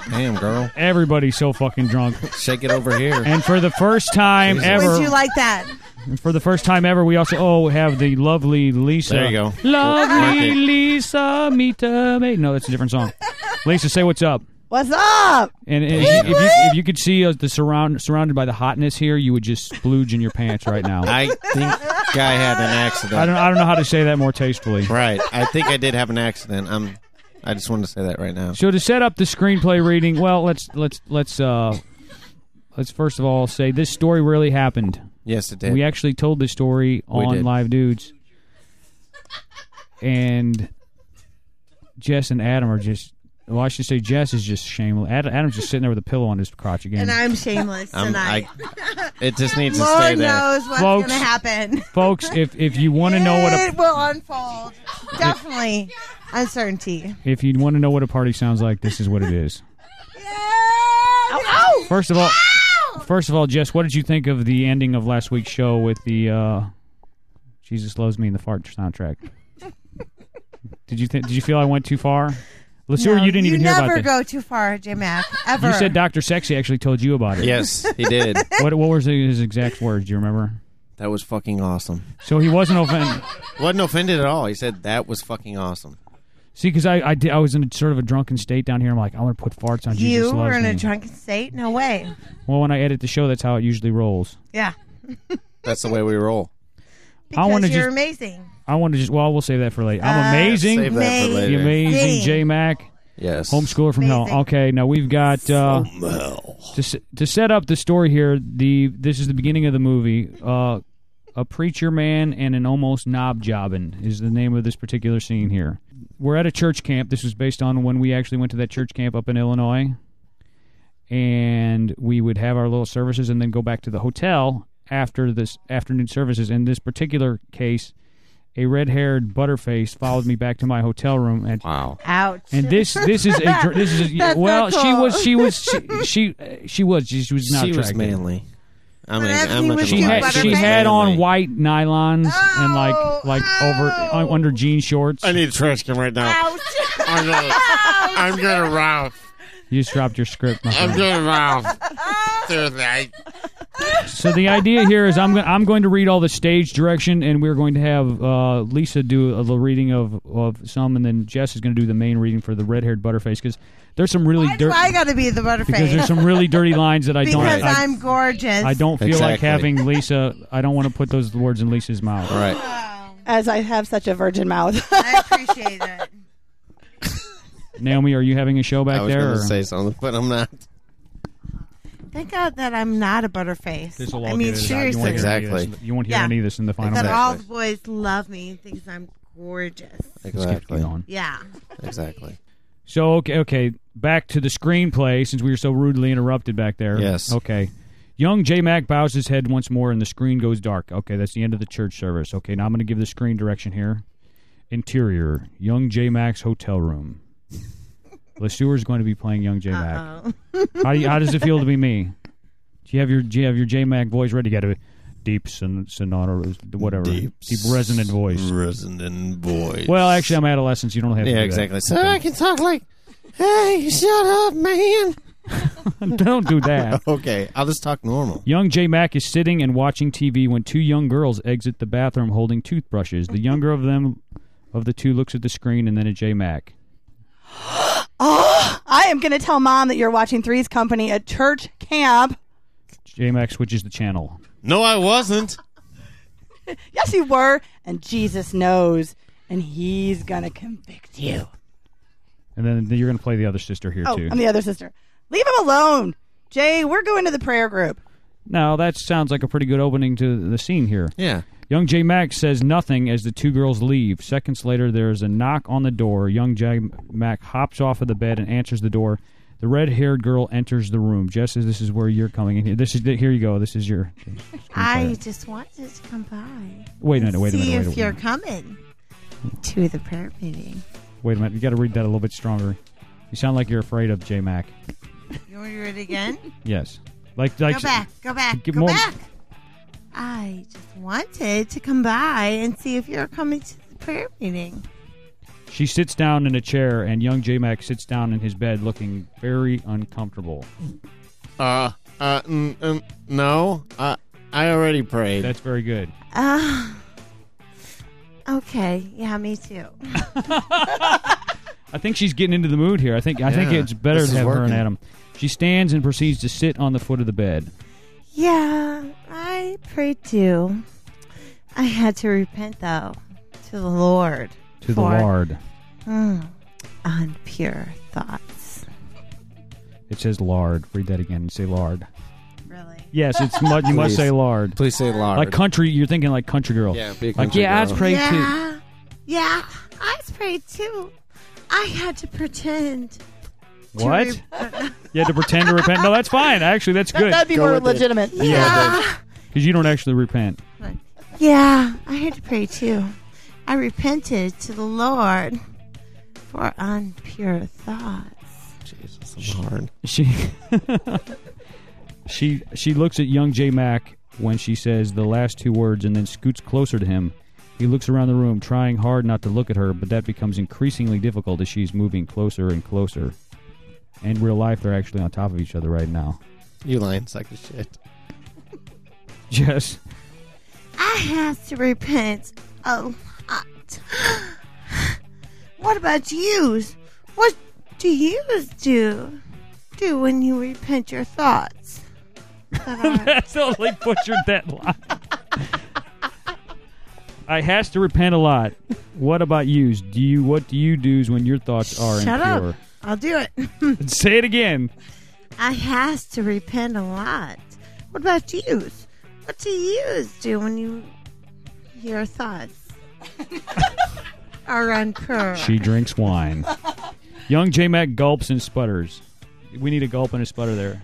Damn, girl.
everybody's so fucking drunk.
Shake it over here.
And for the first time
Jesus.
ever,
Would you like that?
for the first time ever, we also oh have the lovely Lisa.
There you go.
Lovely
Okay.
Lisa, meet the mate. No, that's a different song. Lisa, say what's up.
What's up?
And, and if, you, if you could see us the surround surrounded by the hotness here, you would just splooge in your pants right now. I
I think I had an accident.
don't I don't know how to say that more tastefully.
Right. I think I did have an accident. I'm. I just wanted to say that right now.
So to set up the screenplay reading, well, let's let's let's uh let's first of all say this story really happened.
Yes, it did.
We actually told this story
We
on
did.
Live Dudes. And Jess and Adam are just well, I should say Jess is just shameless. Adam, Adam's just sitting there with a pillow on his crotch again.
And I'm shameless
I'm-
tonight.
I- it just needs to stay
Lord
there.
knows what's
Folks,
going to happen.
Folks, if if you want to know what a
it will unfold. Definitely uncertainty.
if you want to know what a party sounds like, this is what it is.
Ow, ow.
First of all, first of all, Jess, what did you think of the ending of last week's show with the uh, "Jesus Loves Me" and the fart soundtrack? did you think? Did you feel I went too far, Lasuer?
No,
you didn't even hear
never
about this.
go too far, J Mac. Ever.
You said Doctor Sexy actually told you about it.
Yes, he did.
What What were his exact words? Do you remember?
That was fucking awesome.
So he wasn't offended.
Wasn't offended at all. He said that was fucking awesome.
See, because I I, did, I was in a, sort of a drunken state down here. I'm like, I want to put farts on
You
Jesus
were
Loves
in
Me.
a drunken state? No way.
well, when I edit the show, that's how it usually rolls.
Yeah.
That's the way we roll.
Because
wanna
you're
just-
amazing.
I want to just well, we'll save that for later.
Uh,
I'm amazing.
Save that for
Amazing.
The
later.
amazing
Amazing.
J Mac.
Yes.
Homeschooler from
Amazing.
hell. Okay, now we've got uh, to s- to set up the story here. The this is the beginning of the movie. Uh, a preacher man and an almost knob jobbing is the name of this particular scene here. We're at a church camp. This was based on when we actually went to that church camp up in Illinois, and we would have our little services and then go back to the hotel after this afternoon services. In this particular case, a red-haired butterface followed me back to my hotel room and
Wow.
Ouch.
and this this is a dr- this is a,
That's
well
not
she
cool.
was she was she she, she was she, was not
she was
attractive.
manly. I mean,
Perhaps
I'm
he
not
was Oh,
gonna
She
too
lie.
had
Butterface.
she had on
Manly.
white nylons and
Ow,
like like over
ow.
un- under jean shorts.
I need a trash can right now.
Ouch.
I'm gonna, I'm gonna Ralph.
You just dropped your script. my
I'm
friend.
gonna Ralph. Seriously, I,
So the idea here is I'm going I'm going to read all the stage direction and we're going to have uh, Lisa do a little reading of of some and then Jess is going to do the main reading for the red haired butterface because there's some really
Why do
dirty
I got to be the
because there's
butterface?
some really dirty lines that I don't
Because
I,
I'm gorgeous.
I don't feel like
Exactly.
having Lisa. I don't want to put those words in Lisa's mouth.
all right.
as I have such a virgin mouth.
I appreciate it.
Naomi, are you having a show back
I was
there?
gonna
or-
say something, but I'm not.
Thank God that I'm not a butterface.
This will all
I mean,
get edited out. You won't
seriously.
hear any of this.
Exactly.
You won't hear
Yeah.
any of this in the final.
That
Exactly.
all the boys love me and thinks I'm gorgeous.
Let's keep
Exactly.
going.
Yeah.
Exactly.
So okay, okay. Back to the screenplay, since we were so rudely interrupted back there.
Yes.
Okay. Young J Mac bows his head once more, and the screen goes dark. Okay, that's the end of the church service. Okay, now I'm going to give the screen direction here. Interior, Young J Mac's hotel room. LeSueur's going to be playing Young J Mac.
Oh.
How, do you, how does it feel to be me? Do you have your do you have your J Mac voice ready? Got to deep son- sonata, whatever, deep, resonant voice.
Resonant voice.
Well, actually, I'm adolescent. so You don't have to.
yeah,
do that.
exactly. So I can talk like Hey, shut up, man.
Don't do that.
Okay, I'll just talk normal.
Young J Mac is sitting and watching TV when two young girls exit the bathroom holding toothbrushes. The younger of them of the two looks at the screen and then at J Mac.
Oh, I am going to tell mom that you're watching Three's Company at church camp.
J Mac switches the channel.
No, I wasn't.
Yes, you were. And Jesus knows. And he's going to convict you.
And then you're going to play the other sister here,
Oh,
too.
I'm the other sister. Leave him alone. Jay, we're going to the prayer group.
now, that sounds like a pretty good opening to the scene here.
Yeah.
Young J Mac says nothing as the two girls leave. Seconds later, there is a knock on the door. Young J Mac hops off of the bed and answers the door. The red-haired girl enters the room. Jess, this is where you're coming in. Here, this is here. You go. This is your.
I just wanted to come by.
Wait a minute. Wait a
See
minute. Wait a
if
minute.
you're coming to the prayer meeting.
Wait a minute. You got to read that a little bit stronger. You sound like you're afraid of J Mac.
You want to do it again?
Yes. Like like.
go back. Go back.
Get
Go
more-
back. I just wanted to come by and see if you're coming to the prayer meeting.
She sits down in a chair, and young J Mac sits down in his bed, looking very uncomfortable.
Uh, uh, n- n- no. I I already prayed.
That's very good.
Ah. okay. Yeah, me too.
I think she's getting into the mood here. I think I think
Yeah,
it's better
this
to
is
have her and
working.
Adam. She stands and proceeds to sit on the foot of the bed.
Yeah, I prayed too. I had to repent though to the Lord
To
for
the lard.
mm, unpure thoughts.
It says lard. Read that again and say lard.
Really?
Yes, it's mu- you
Please.
must say lard.
Please say lard.
Like country, you're thinking like country girl.
yeah, be a
Like
country
yeah, I
girl.
prayed too.
yeah, yeah. I prayed too. I had to pretend. to
What?
repent.
You had to pretend to repent. No, that's fine. Actually, that's good
That'd be
Go
more
with it.
legitimate.
yeah.
because you don't actually repent.
Yeah, I had to pray too. I repented to the Lord for unpure thoughts.
Jesus, I'm hard.
She she she looks at young J Mac when she says the last two words and then scoots closer to him. He looks around the room, trying hard not to look at her, but that becomes increasingly difficult as she's moving closer and closer. In real life, they're actually on top of each other right now.
You lying sack of shit.
Yes.
I have to repent a lot. What about you? What do you do? Do when you repent your thoughts?
I totally butchered that line. I has to repent a lot. What about yous? Do you what do you do's when your thoughts are
Shut
impure?
up. I'll do it.
Say it again.
I has to repent a lot. What about you? What do you do when you your thoughts are uncurled?
She drinks wine. Young J Mac gulps and sputters. We need a gulp and a sputter there.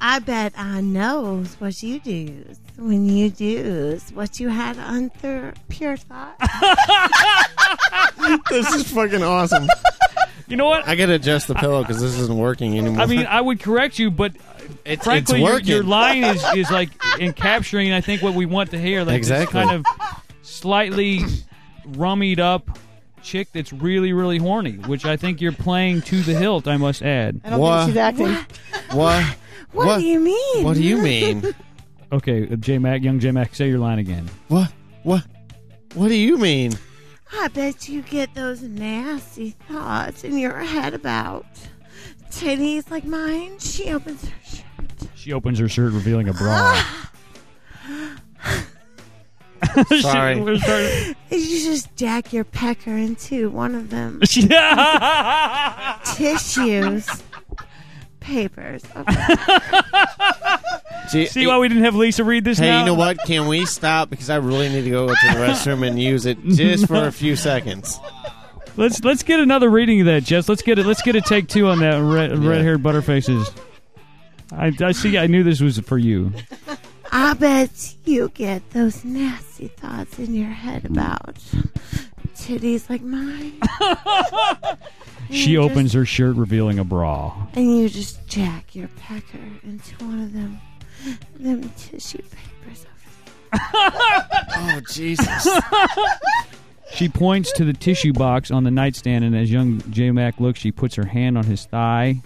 I bet I knows what you do when you do what you had unthur pure thoughts.
this is fucking awesome.
You know what? I,
I gotta adjust the pillow because this isn't working anymore.
mean, I would correct you, but
it's,
frankly,
it's
your,
working.
your line is, is like in capturing, I think, what we want to hear. Like this
Exactly.
kind of slightly rummied up chick that's really, really horny, which I think you're playing to the hilt, I must add.
I don't
Wha-
think she's acting.
what?
What, do you mean?
What do you mean?
Okay, uh, J Mac, young J Mac, say your line again.
what? What? What do you mean?
I bet you get those nasty thoughts in your head about titties like mine. She opens her shirt.
She opens her shirt, revealing a bra. She-
Sorry.
we're sorry.
And you just jack your pecker into one of them
Yeah.
tissues, papers. Okay.
See,
See why we didn't have Lisa read this
hey,
now?
you know what? Can we stop? Because I really need to go to the restroom and use it just for a few seconds.
Let's let's get another reading of that, Jess. Let's get it. Let's get a take two on that red, red-haired butterfaces. I, I see. I knew this was for you.
I bet you get those nasty thoughts in your
Mm.
head about titties like mine.
She opens her shirt, revealing a bra.
And you just jack your pecker into one of them, them tissue papers. over
Oh Jesus!
She points to the tissue box on the nightstand, and as young J Mac looks, she puts her hand on his thigh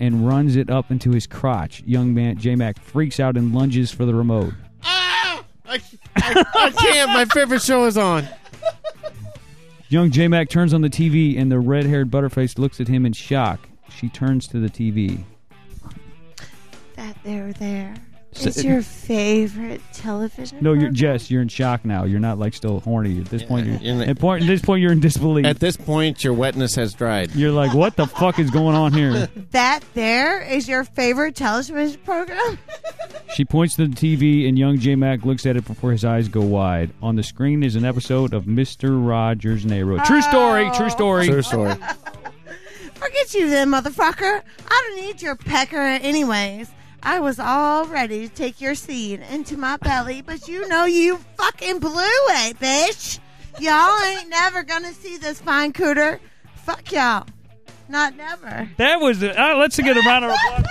and runs it up into his crotch. Young man J Mac freaks out and lunges for the remote.
Ah! I, I, I can't. My favorite show is on.
Young J Mac turns on the TV, and the red haired butterface looks at him in shock. She turns to the TV.
That there, there.
So-
It's your favorite television.
No, you're
program?
Jess. You're in shock now. You're not like still horny at this point. You're,
you're not-
at, point at this point, you're in disbelief.
At this point, your wetness has dried.
you're like, what the fuck is going on here?
That there is your favorite television program.
She points to the TV, and young J Mac looks at it before his eyes go wide. On the screen is an episode of Mister Rogers' Neighborhood. True story. True story.
True story.
Forget you then, motherfucker. I don't need your pecker anyways. I was all ready to take your seed into my belly, but you know you fucking blew it, bitch. Y'all ain't never gonna see this fine cooter. Fuck y'all. Not never.
That was. It. Uh, let's get a round of applause.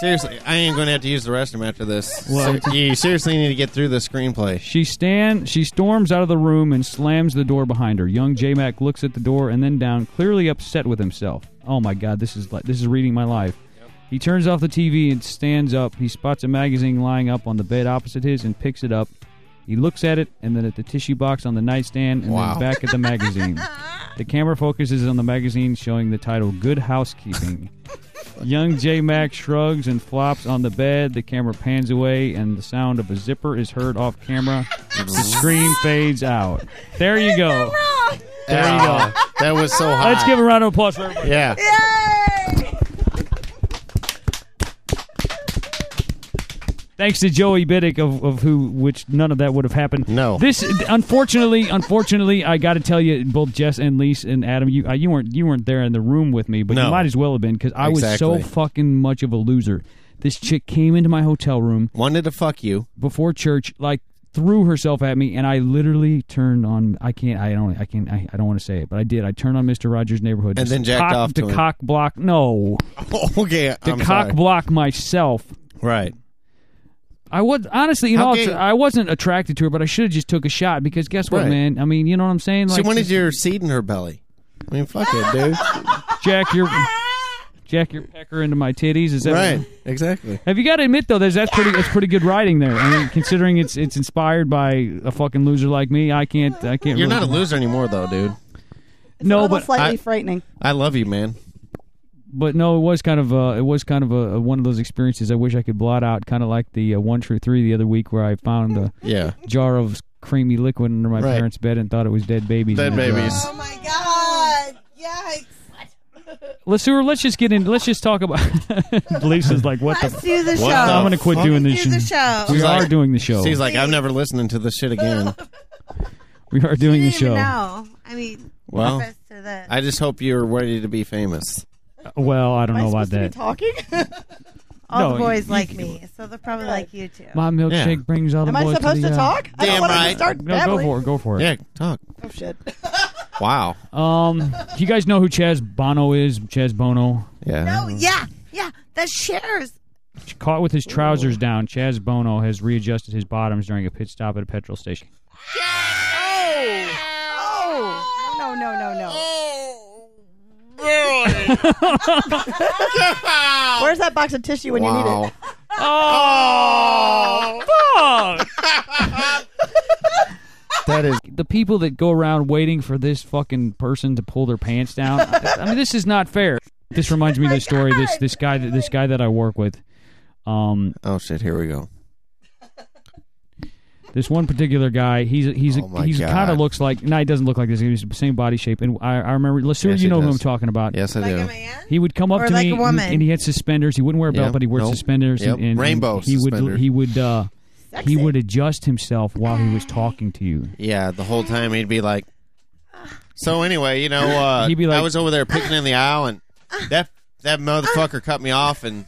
Seriously, I ain't going to have to use the restroom after this.
Well-
Ser- you seriously need to get through the screenplay.
She stand she storms out of the room and slams the door behind her. Young J Mac looks at the door and then down, clearly upset with himself. Oh my god, this is like this is reading my life. He turns off the TV and stands up. He spots a magazine lying up on the bed opposite his and picks it up. He looks at it and then at the tissue box on the nightstand and
Wow.
then back at the magazine. the camera focuses on the magazine showing the title Good Housekeeping. Young J Mac shrugs and flops on the bed. The camera pans away, and the sound of a zipper is heard off camera. the screen fades out. There you go.
Wrong.
There you go. That was so hot.
Let's give a round of applause for everybody.
Uh, Yeah.
Yay!
Thanks to Joey Biddick, of, of who, which none of that would have happened.
No.
This, unfortunately, unfortunately, I got to tell you, both Jess and Lise and Adam, you uh, you weren't you weren't there in the room with me, but you
No.
might as well have been because I was
Exactly.
so fucking much of a loser. This chick came into my hotel room
Wanted to fuck you.
before church, like threw herself at me, and I literally turned on. I can't. I don't. I can't. I, I don't want to say it, but I did. I turned on Mister Rogers' Neighborhood
And
just
then jacked
cock-
off to
to
him.
cock block. No,
okay,
to
I'm
cock
sorry.
block myself.
Right.
I was honestly, you
How
know,
gay-
I wasn't attracted to her, but I should have just took a shot because guess what,
Right.
man? I mean, you know what I'm saying?
she
Like,
wanted your seed in her belly. I mean, fuck it, dude.
jack your jack your pecker into my titties. Is that
right. Exactly.
Have you got to admit though? There's that's pretty. That's pretty good writing there. I mean, considering it's it's inspired by a fucking loser like me, I can't. I can't.
You're
really,
not a loser anymore, though, dude.
a
no,
little
but
I-
slightly frightening.
I love you, man.
but no, it was kind of uh, it was kind of a, a one of those experiences I wish I could blot out, kind of like the uh, one true three the other week where I found a
Yeah.
jar of creamy liquid under my
Right.
parents' bed and thought it was dead babies.
Dead
in the jar.
babies.
Oh my god. Yikes.
Let's so let's just get in. Let's just talk about. Lisa's like, what the?
Let's do the show.
What the
I'm gonna quit
fuck?
doing
do
this.
the
and-
show.
We
She's
are
like-
doing the show.
She's like, I'm never listening to this shit again.
we are doing the
didn't even
show.
know. I mean,
Well,
preface to this.
I just hope you're ready to be famous.
Well, I don't
Am
know
I
about
supposed to
that.
be talking?
All
No,
the boys
you-
like me, so they're probably like you too.
My milkshake
Yeah.
brings all the
Am I
boys
supposed
to,
to
the, uh,
talk? I
Damn
don't want
right.
to start
No, go
babbling.
for it. Go for it.
Yeah, talk.
Oh shit.
Wow.
Um, you guys know who Chaz Bono is? Chaz Bono
Yeah.
Oh yeah, yeah. That shares.
caught with his trousers down. Chaz Bono has readjusted his bottoms during a pit stop at a petrol station.
Oh no no no no. Where's that box of tissue when you need
Wow.
it?
Oh,
that is
the people that go around waiting for this fucking person to pull their pants down. I I mean, this is not fair. This reminds me
Oh
of the story. This this guy that this guy that I work with. Um,
Oh shit, here we go.
this one particular guy, he's a, he's a,
Oh my
he's
God.
kind of looks like. No, he doesn't look like this. He's the same body shape, and I, I remember. Let's see,
Yes,
you
he
know who I'm
does.
talking about.
Yes, I
Like
do.
a man.
He would come up
Or
to
like
me,
a woman.
and he had suspenders. He wouldn't wear a belt,
Yeah,
but he wore
nope.
suspenders.
Yep,
And, and-
rainbow
and He would
suspender.
he would uh,
Sexy.
he would adjust himself while he was talking to you.
Yeah, the whole time he'd be like So anyway, you know, uh
He'd be like-
I was over there picking in the aisle and that that motherfucker cut me off and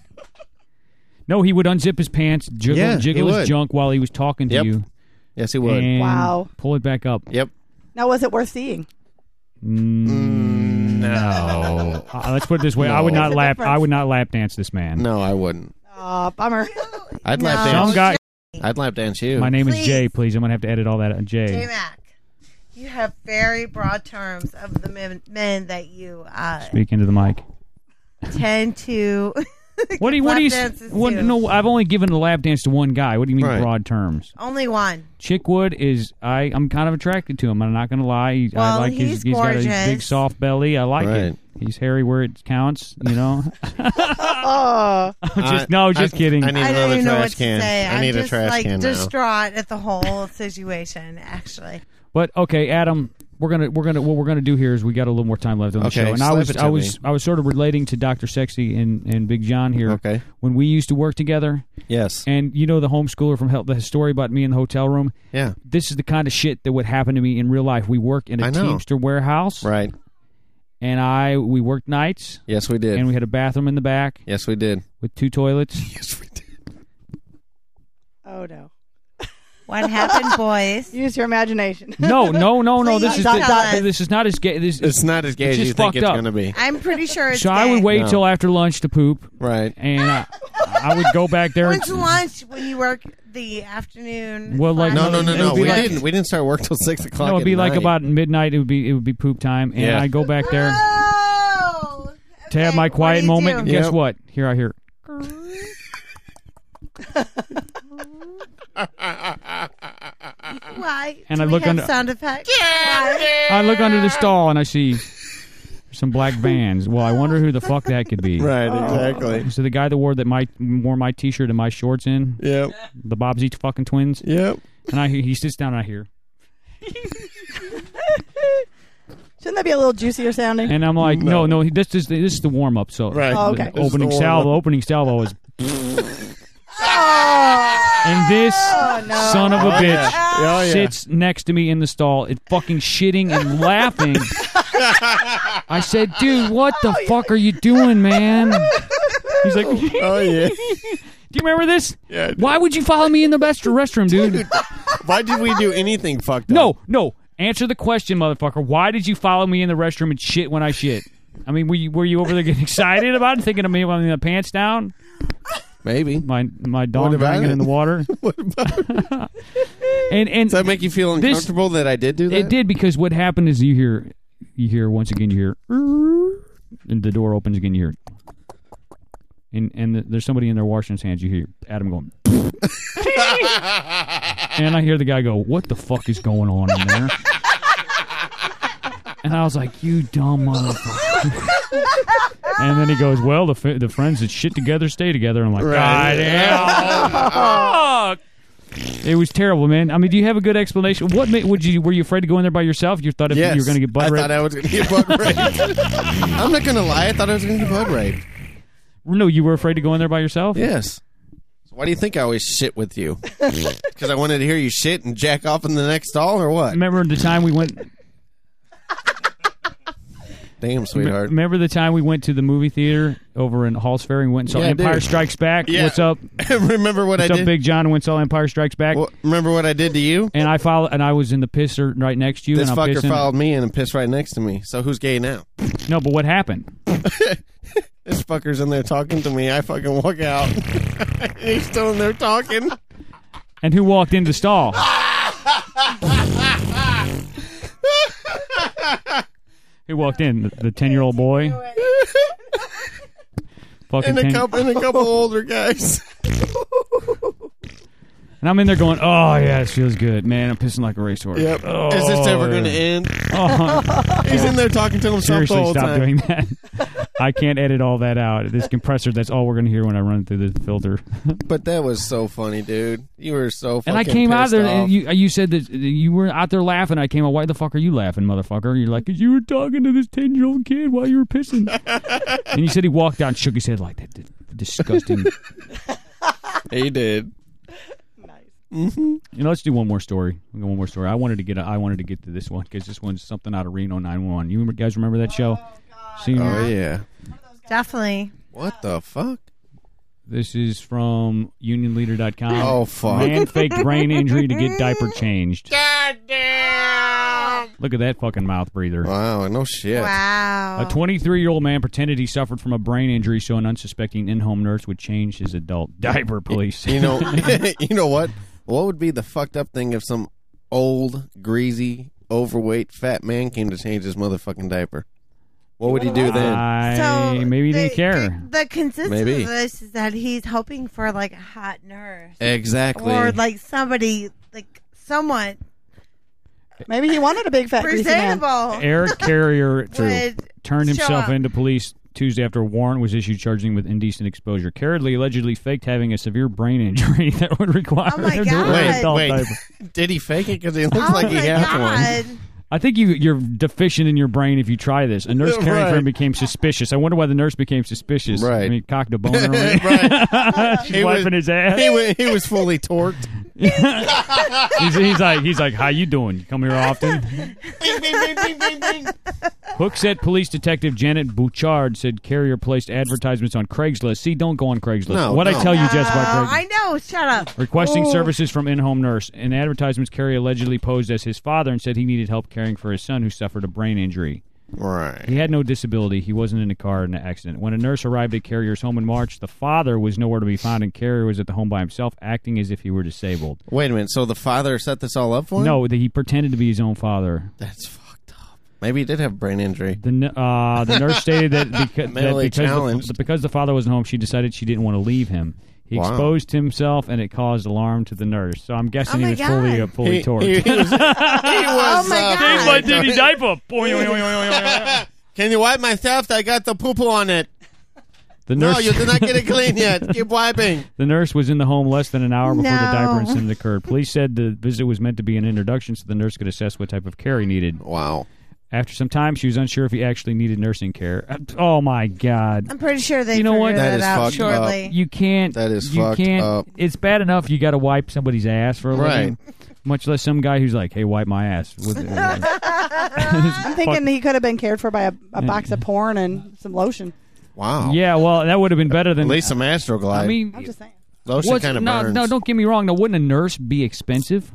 No, he would unzip his pants, jiggle,
Yeah, he
jiggle his
would.
junk while he was talking to
Yep,
you.
Yes he would.
and
Wow.
Pull it back up.
Yep.
Now was it worth seeing?
No.
Mm, Uh, let's put it this way: I would
Mm. No.
not
There's a
lap. I
difference.
would not lap dance this man.
No, I wouldn't.
Oh, bummer.
I'd
No.
laugh
Some
dance.
guy,
I'd lap dance you.
My name is
Please.
Jay, please. I'm going to have to edit all that out.
J
Jay.
Mac, you have very broad terms of the men, men that you uh,
Speak into the mic.
tend to.
What do you,
lap
what do you, s-
dances
what,
to.
no, I've only given the lap dance to one guy. What do you mean
Right.
broad terms?
Only one.
Chickwood is, I, I'm kind of attracted to him. I'm not going to lie. He- I
Well,
like
he's
his, he's got a
gorgeous.
big soft belly. I like
Right.
it. He's hairy where it counts, you know?
Oh,
just- no, just
I-
kidding.
I need
I don't
another
even know what
trash
to
can.
say.
I need
am
a
just,
trash
like,
can now.
distraught at the whole situation. Actually,
But okay, Adam, we're gonna we're gonna what we're gonna do here is we got a little more time left on the
Okay,
show, and I
slap
was
it to
I was
me.
I was sort of relating to Doctor Sexy and and Big John here.
Okay.
when we used to work together,
Yes.
and you know the homeschooler from hell, the story about me in the hotel room.
Yeah.
This is the kind of shit that would happen to me in real life. We worked in
I
a
know.
Teamster warehouse,
Right.
and I we worked nights,
Yes, we did.
and we had a bathroom in the back
yes, we did.
with two toilets.
Yes, we did.
oh no!
what happened, boys?
Use your imagination.
No, no, no, no. This
Please
is
tell
the,
us.
this is not as gay. This
It's not as gay
It's
as you
just
think
fucked
it's
up.
going to be.
I'm pretty sure it's
so I would
gay.
wait
No.
till after lunch to poop,
Right.
and I, I would go back there. and
When's lunch when you work the afternoon?
Well, like-
No,
slash-
no, no,
It
no.
would be
We
like-
didn't. We didn't start work till six o'clock.
No, it'd be
at
like
night.
about midnight. It would be it would be poop time, and
Yeah.
I go back there
Oh,
to have
okay,
my
what do
quiet
Ah, you
moment. And
do?
guess
Yep.
what? Here I hear.
Why?
And
do
I
we
look
have
under-
sound effects. Why?
I look under the stall and I see some black vans. Well, I wonder who the fuck that could be.
Right. Exactly.
So the guy that wore that my wore my T-shirt and my shorts in
Yep.
the Bobsy fucking twins,
Yep.
and I hear- he sits down and I hear,
Shouldn't that be a little juicier sounding?
and I'm like, no, no, he this is the, this is the warm up. So
Right.
Oh,
the
okay.
This is
opening
the warm-up.
salvo, opening salvo is, and this son of a bitch.
Oh, yeah.
sits next to me in the stall and fucking shitting and laughing. I said, dude, what the fuck are you doing, man? He's like, do you
Oh yeah.
remember this?
Yeah, I do.
Why would you follow me in the best restroom, dude?
Why did we do anything fucked up?
No, no. Answer the question, motherfucker. Why did you follow me in the restroom and shit when I shit? I mean, were you, were you over there getting excited about it, thinking of me while my pants down,
Maybe.
my my dong
about
dragging
it?
in the water?
What about- Does
And and
that make you feel
This-
uncomfortable that I did do that?
It did because what happened is you hear, you hear once again, you hear, and the door opens again. You hear, and and the, there's somebody in there washing his hands. You hear Adam going, and I hear the guy go, "What the fuck is going on in there?" And I was like, "You dumb motherfucker!" and then he goes, "Well, the f- the friends that shit together stay together." And I'm like,
Right.
"God damn!" Fuck. It was terrible, man. I mean, do you have a good explanation? What ma- would you? Were you afraid to go in there by yourself? You thought if
Yes.
you were going to get butt
I
raped?
thought I was going to get bug raped. I'm not going to lie. I thought I was going to get bug raped.
no, you were afraid to go in there by yourself.
Yes. So why do you think I always shit with you? Because I wanted to hear you shit and jack off in the next stall or what?
Remember the time we went?
Damn, sweetheart.
Remember the time we went to the movie theater over in Halls Ferry and went and saw
Yeah, I
Empire
do.
Strikes Back?
Yeah.
What's up?
remember what
What's
I
up,
did?
Big John? And went and saw Empire Strikes Back.
Wha- remember what I did to you?
and I follow, and I was in the pisser right next to you.
This
and I'm
fucker
pissing.
followed me in and pissed right next to me. So who's gay now?
No, but what happened?
This fucker's in there talking to me. I fucking walk out. And He's still in there talking.
And who walked in the stall? who walked in? The ten-year-old boy. Fucking
And a
ten.
couple, and a couple older guys.
And I'm in there going, "Oh yeah, this feels good, man. I'm pissing like a racehorse."
Yep.
Oh,
Is this ever going to
yeah.
end?
Oh,
He's in there talking to himself the
seriously,
whole
stop
time.
doing that. I can't edit all that out. This compressor, that's all we're going to hear when I run through the filter.
But that was so funny, dude. You were so fucking
And I came out
pissed
there,
off.
and you you said that you were out there laughing. I came out. Why the fuck are you laughing, motherfucker? You're like, 'Cause you were talking to this ten year old kid while you were pissing. and you said he walked out and shook his head like that. Disgusting.
he did.
you know, let's do one more story. We got one more story. I wanted to get I wanted to get to this one because this one's something out of Reno 911. You remember, guys remember that show? Senior-
Oh yeah.
Definitely.
What the fuck?
This is from UnionLeader.com.
Oh fuck.
Man faked brain injury to get diaper changed. Look at that fucking mouth breather.
Wow. No shit.
Wow.
A 23 year old man pretended he suffered from a brain injury so an unsuspecting in home nurse would change his adult diaper, police.
You know. you know what? What would be the fucked up thing if some old, greasy, overweight, fat man came to change his motherfucking diaper? What would he do then?
Uh, I
so
maybe he
the,
didn't care.
The, the consistency
Maybe.
of this is that he's hoping for like a hot nurse
Exactly.
or like somebody like someone
Maybe he wanted a big fat greasy man.
presentable.
Eric Carrier
Would
turned
show
himself
up.
into police Tuesday after a warrant was issued charging him with indecent exposure. Carradly allegedly faked having a severe brain injury that would require
Oh my
him to
God.
wear an
Wait,
adult
wait.
diaper.
Did he fake it? Because he looks
Oh
like he
my
has one.
God.
I think you you're deficient in your brain if you try this. A nurse
Yeah,
caring for
right.
him became suspicious. I wonder why the nurse became suspicious. I
Right.
mean, cocked a bone. or whatever.
right.
She's wiping
was,
his ass.
He was, he was fully torqued.
he's, he's like he's like, how you doing? You come here often? Hook said police detective Janet Bouchard said Carrier placed advertisements on Craigslist. See, don't go on Craigslist.
No,
what I
don't.
tell you, Jess,
Oh,
about Craigslist.
I know. Shut up.
Requesting
Oh.
services from in-home nurse. In advertisements, Carrier allegedly posed as his father and said he needed help caring for his son who suffered a brain injury.
Right.
He had no disability. He wasn't in a car in an accident. When a nurse arrived at Carrier's home in March, the father was nowhere to be found, and Carrier was at the home by himself, acting as if he were disabled.
Wait a minute. So the father set this all up for him?
No, that he pretended to be his own father.
That's fucked up. Maybe he did have brain injury.
The n- uh, the nurse stated that, beca- that
Mentally
because, the,
challenged.
because the father wasn't home, she decided she didn't want to leave him. He
Wow.
exposed himself, and it caused alarm to the nurse. So I'm guessing
Oh
he was
my
fully
God.
uh, fully
He-
torqued.
he- he was- he was,
Oh my
uh,
God. Change my
Can you wipe my theft? I got the poo poo on it.
The nurse,
No, you did not get it clean yet. Keep wiping.
The nurse was in the home less than an hour before the
No.
diaper incident occurred. Police said the visit was meant to be an introduction so the nurse could assess what type of care he needed.
Wow.
After some time, she was unsure if he actually needed nursing care. Uh, Oh my God!
I'm pretty sure they
You know what?
figured
That
that,
is
out
fucked up.
shortly.
You can't.
That is
you
fucked
can't,
up.
It's bad enough you got to wipe somebody's ass for a living,
Right.
much less some guy who's like, "Hey, wipe my ass." With uh, it.
I'm thinking he could have been cared for by a, a box of porn and some lotion.
Wow.
yeah, well, that would have been better
At
than.
least some Astroglide.
I mean,
I'm just saying.
lotion
what's-
kind of
no,
burns.
no, don't get me wrong. Now, wouldn't a nurse be expensive?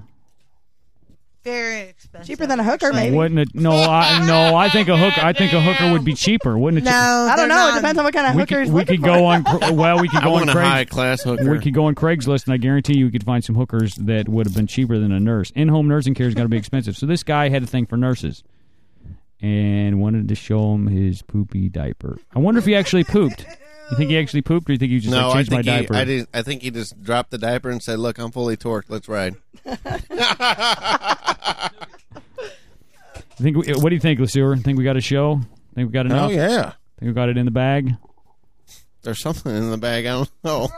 Very expensive.
Cheaper than a hooker, maybe.
Wouldn't it? No, I, no. I think a hooker. I think a hooker would be cheaper, wouldn't it?
No,
I don't know. It depends on what kind of
we
hooker
could,
he's
we
looking
could
for.
go on Cra- well we could
I
go on
want a high
Craigslist.
class hooker.
We could go on Craigslist, and I guarantee you, we could find some hookers that would have been cheaper than a nurse. In-home nursing care is going to be expensive, so this guy had a thing for nurses, and wanted to show him his poopy diaper. I wonder if he actually pooped. You think he actually pooped, or you think he just
no,
like,
I
changed
think,
my
he,
diaper?
I, did, I think he just dropped the diaper and said, Look, I'm fully torqued. Let's ride.
You think we- what do you think, Lesueur? Think we got a show? Think we got enough?
Oh, yeah.
Think we got it in the bag?
There's something in the bag. I don't know.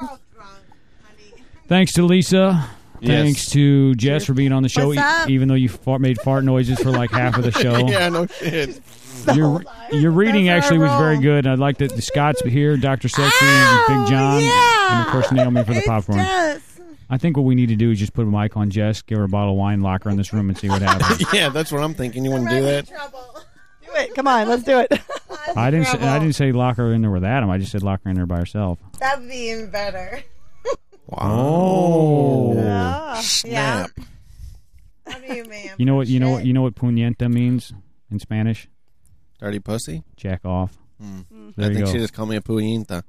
Thanks to Lisa.
Yes.
Thanks to Jess for being on the show,
What's
e-
up?
even though you fart, made fart noises for like half of the show.
yeah, no shit.
your, your reading
That's our
actually was very
role.
good. and I'd like to. Scott's here, Dr. Sexy,
Oh,
and Big John, and of course Naomi for the popcorn. I think what we need to do is just put a mic on Jess, give her a bottle of wine, lock her in this room, and see what happens.
Yeah, that's what I'm thinking. You want to do that?
Do it. Come on, let's do it.
I didn't. Say, I didn't say lock her in there with Adam. I just said lock her in there by herself.
That'd be even better.
Oh.
Oh,
Ah,
yeah.
Snap.
What do you, ma'am?
You know what? You know what?
Shit.
You know what punienta means in Spanish?
Dirty pussy?
Jack off. There
Hmm. I
you
think
go.
she just called me a puyinta.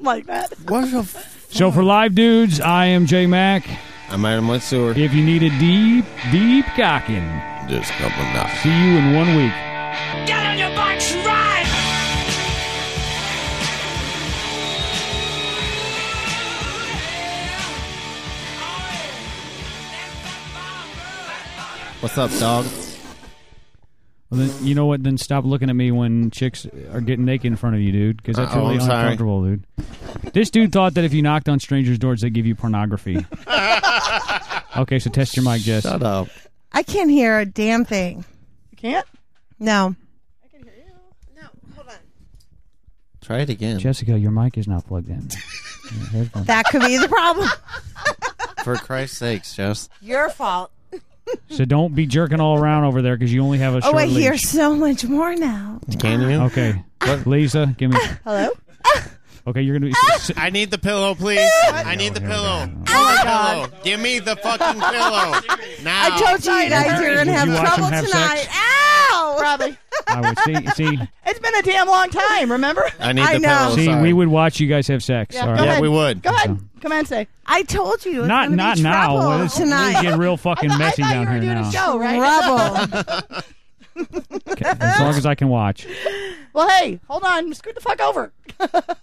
like that.
What the f-
So for live dudes, I am J Mac.
I'm Adam Letsewer.
If you need a deep, deep cocking,
Just coming up.
see you in one week.
What's up, dog?
Well, then, you know what? Then stop looking at me when chicks are getting naked in front of you, dude, because that's
Uh-oh,
really
Oh, I'm sorry.
uncomfortable, dude. This dude thought that if you knocked on strangers' doors, they give you pornography. okay, so test your mic, Jess.
Shut up.
I can't hear a damn thing.
You can't?
No. I can hear you. No, hold on.
Try it again.
Jessica, your mic is not plugged in. Your headphones-
That could be the problem.
For Christ's sakes, Jess.
Your fault.
so don't be jerking all around over there because you only have a
Oh,
short
I hear
leash. Oh,
so much more now.
Can you?
Okay, Lisa, give me.
Hello?
Okay, you're gonna. Be, sit-
I need the pillow, please. I need the pillow. Oh my god. Give me the fucking pillow. Now.
I told you guys you're going to
Did
have
you watch
trouble
them have
tonight.
sex?
Ow!
Probably.
I would see, see,
It's been a damn long time, remember?
I need
I
the
know.
pillow.
see.
sorry.
We would watch you guys have sex.
Yeah,
all
go
right?
Yeah,
ahead.
we would.
Go ahead. Come on, say.
I told you. It's
not
gonna
not
be
now.
trouble
Well, It's
tonight.
really getting real fucking
I
messy
thought
down
you were
here
doing
now.
a show, right?
Trouble.
Okay, As long as I can watch.
well, hey, hold on. Scoot the fuck over.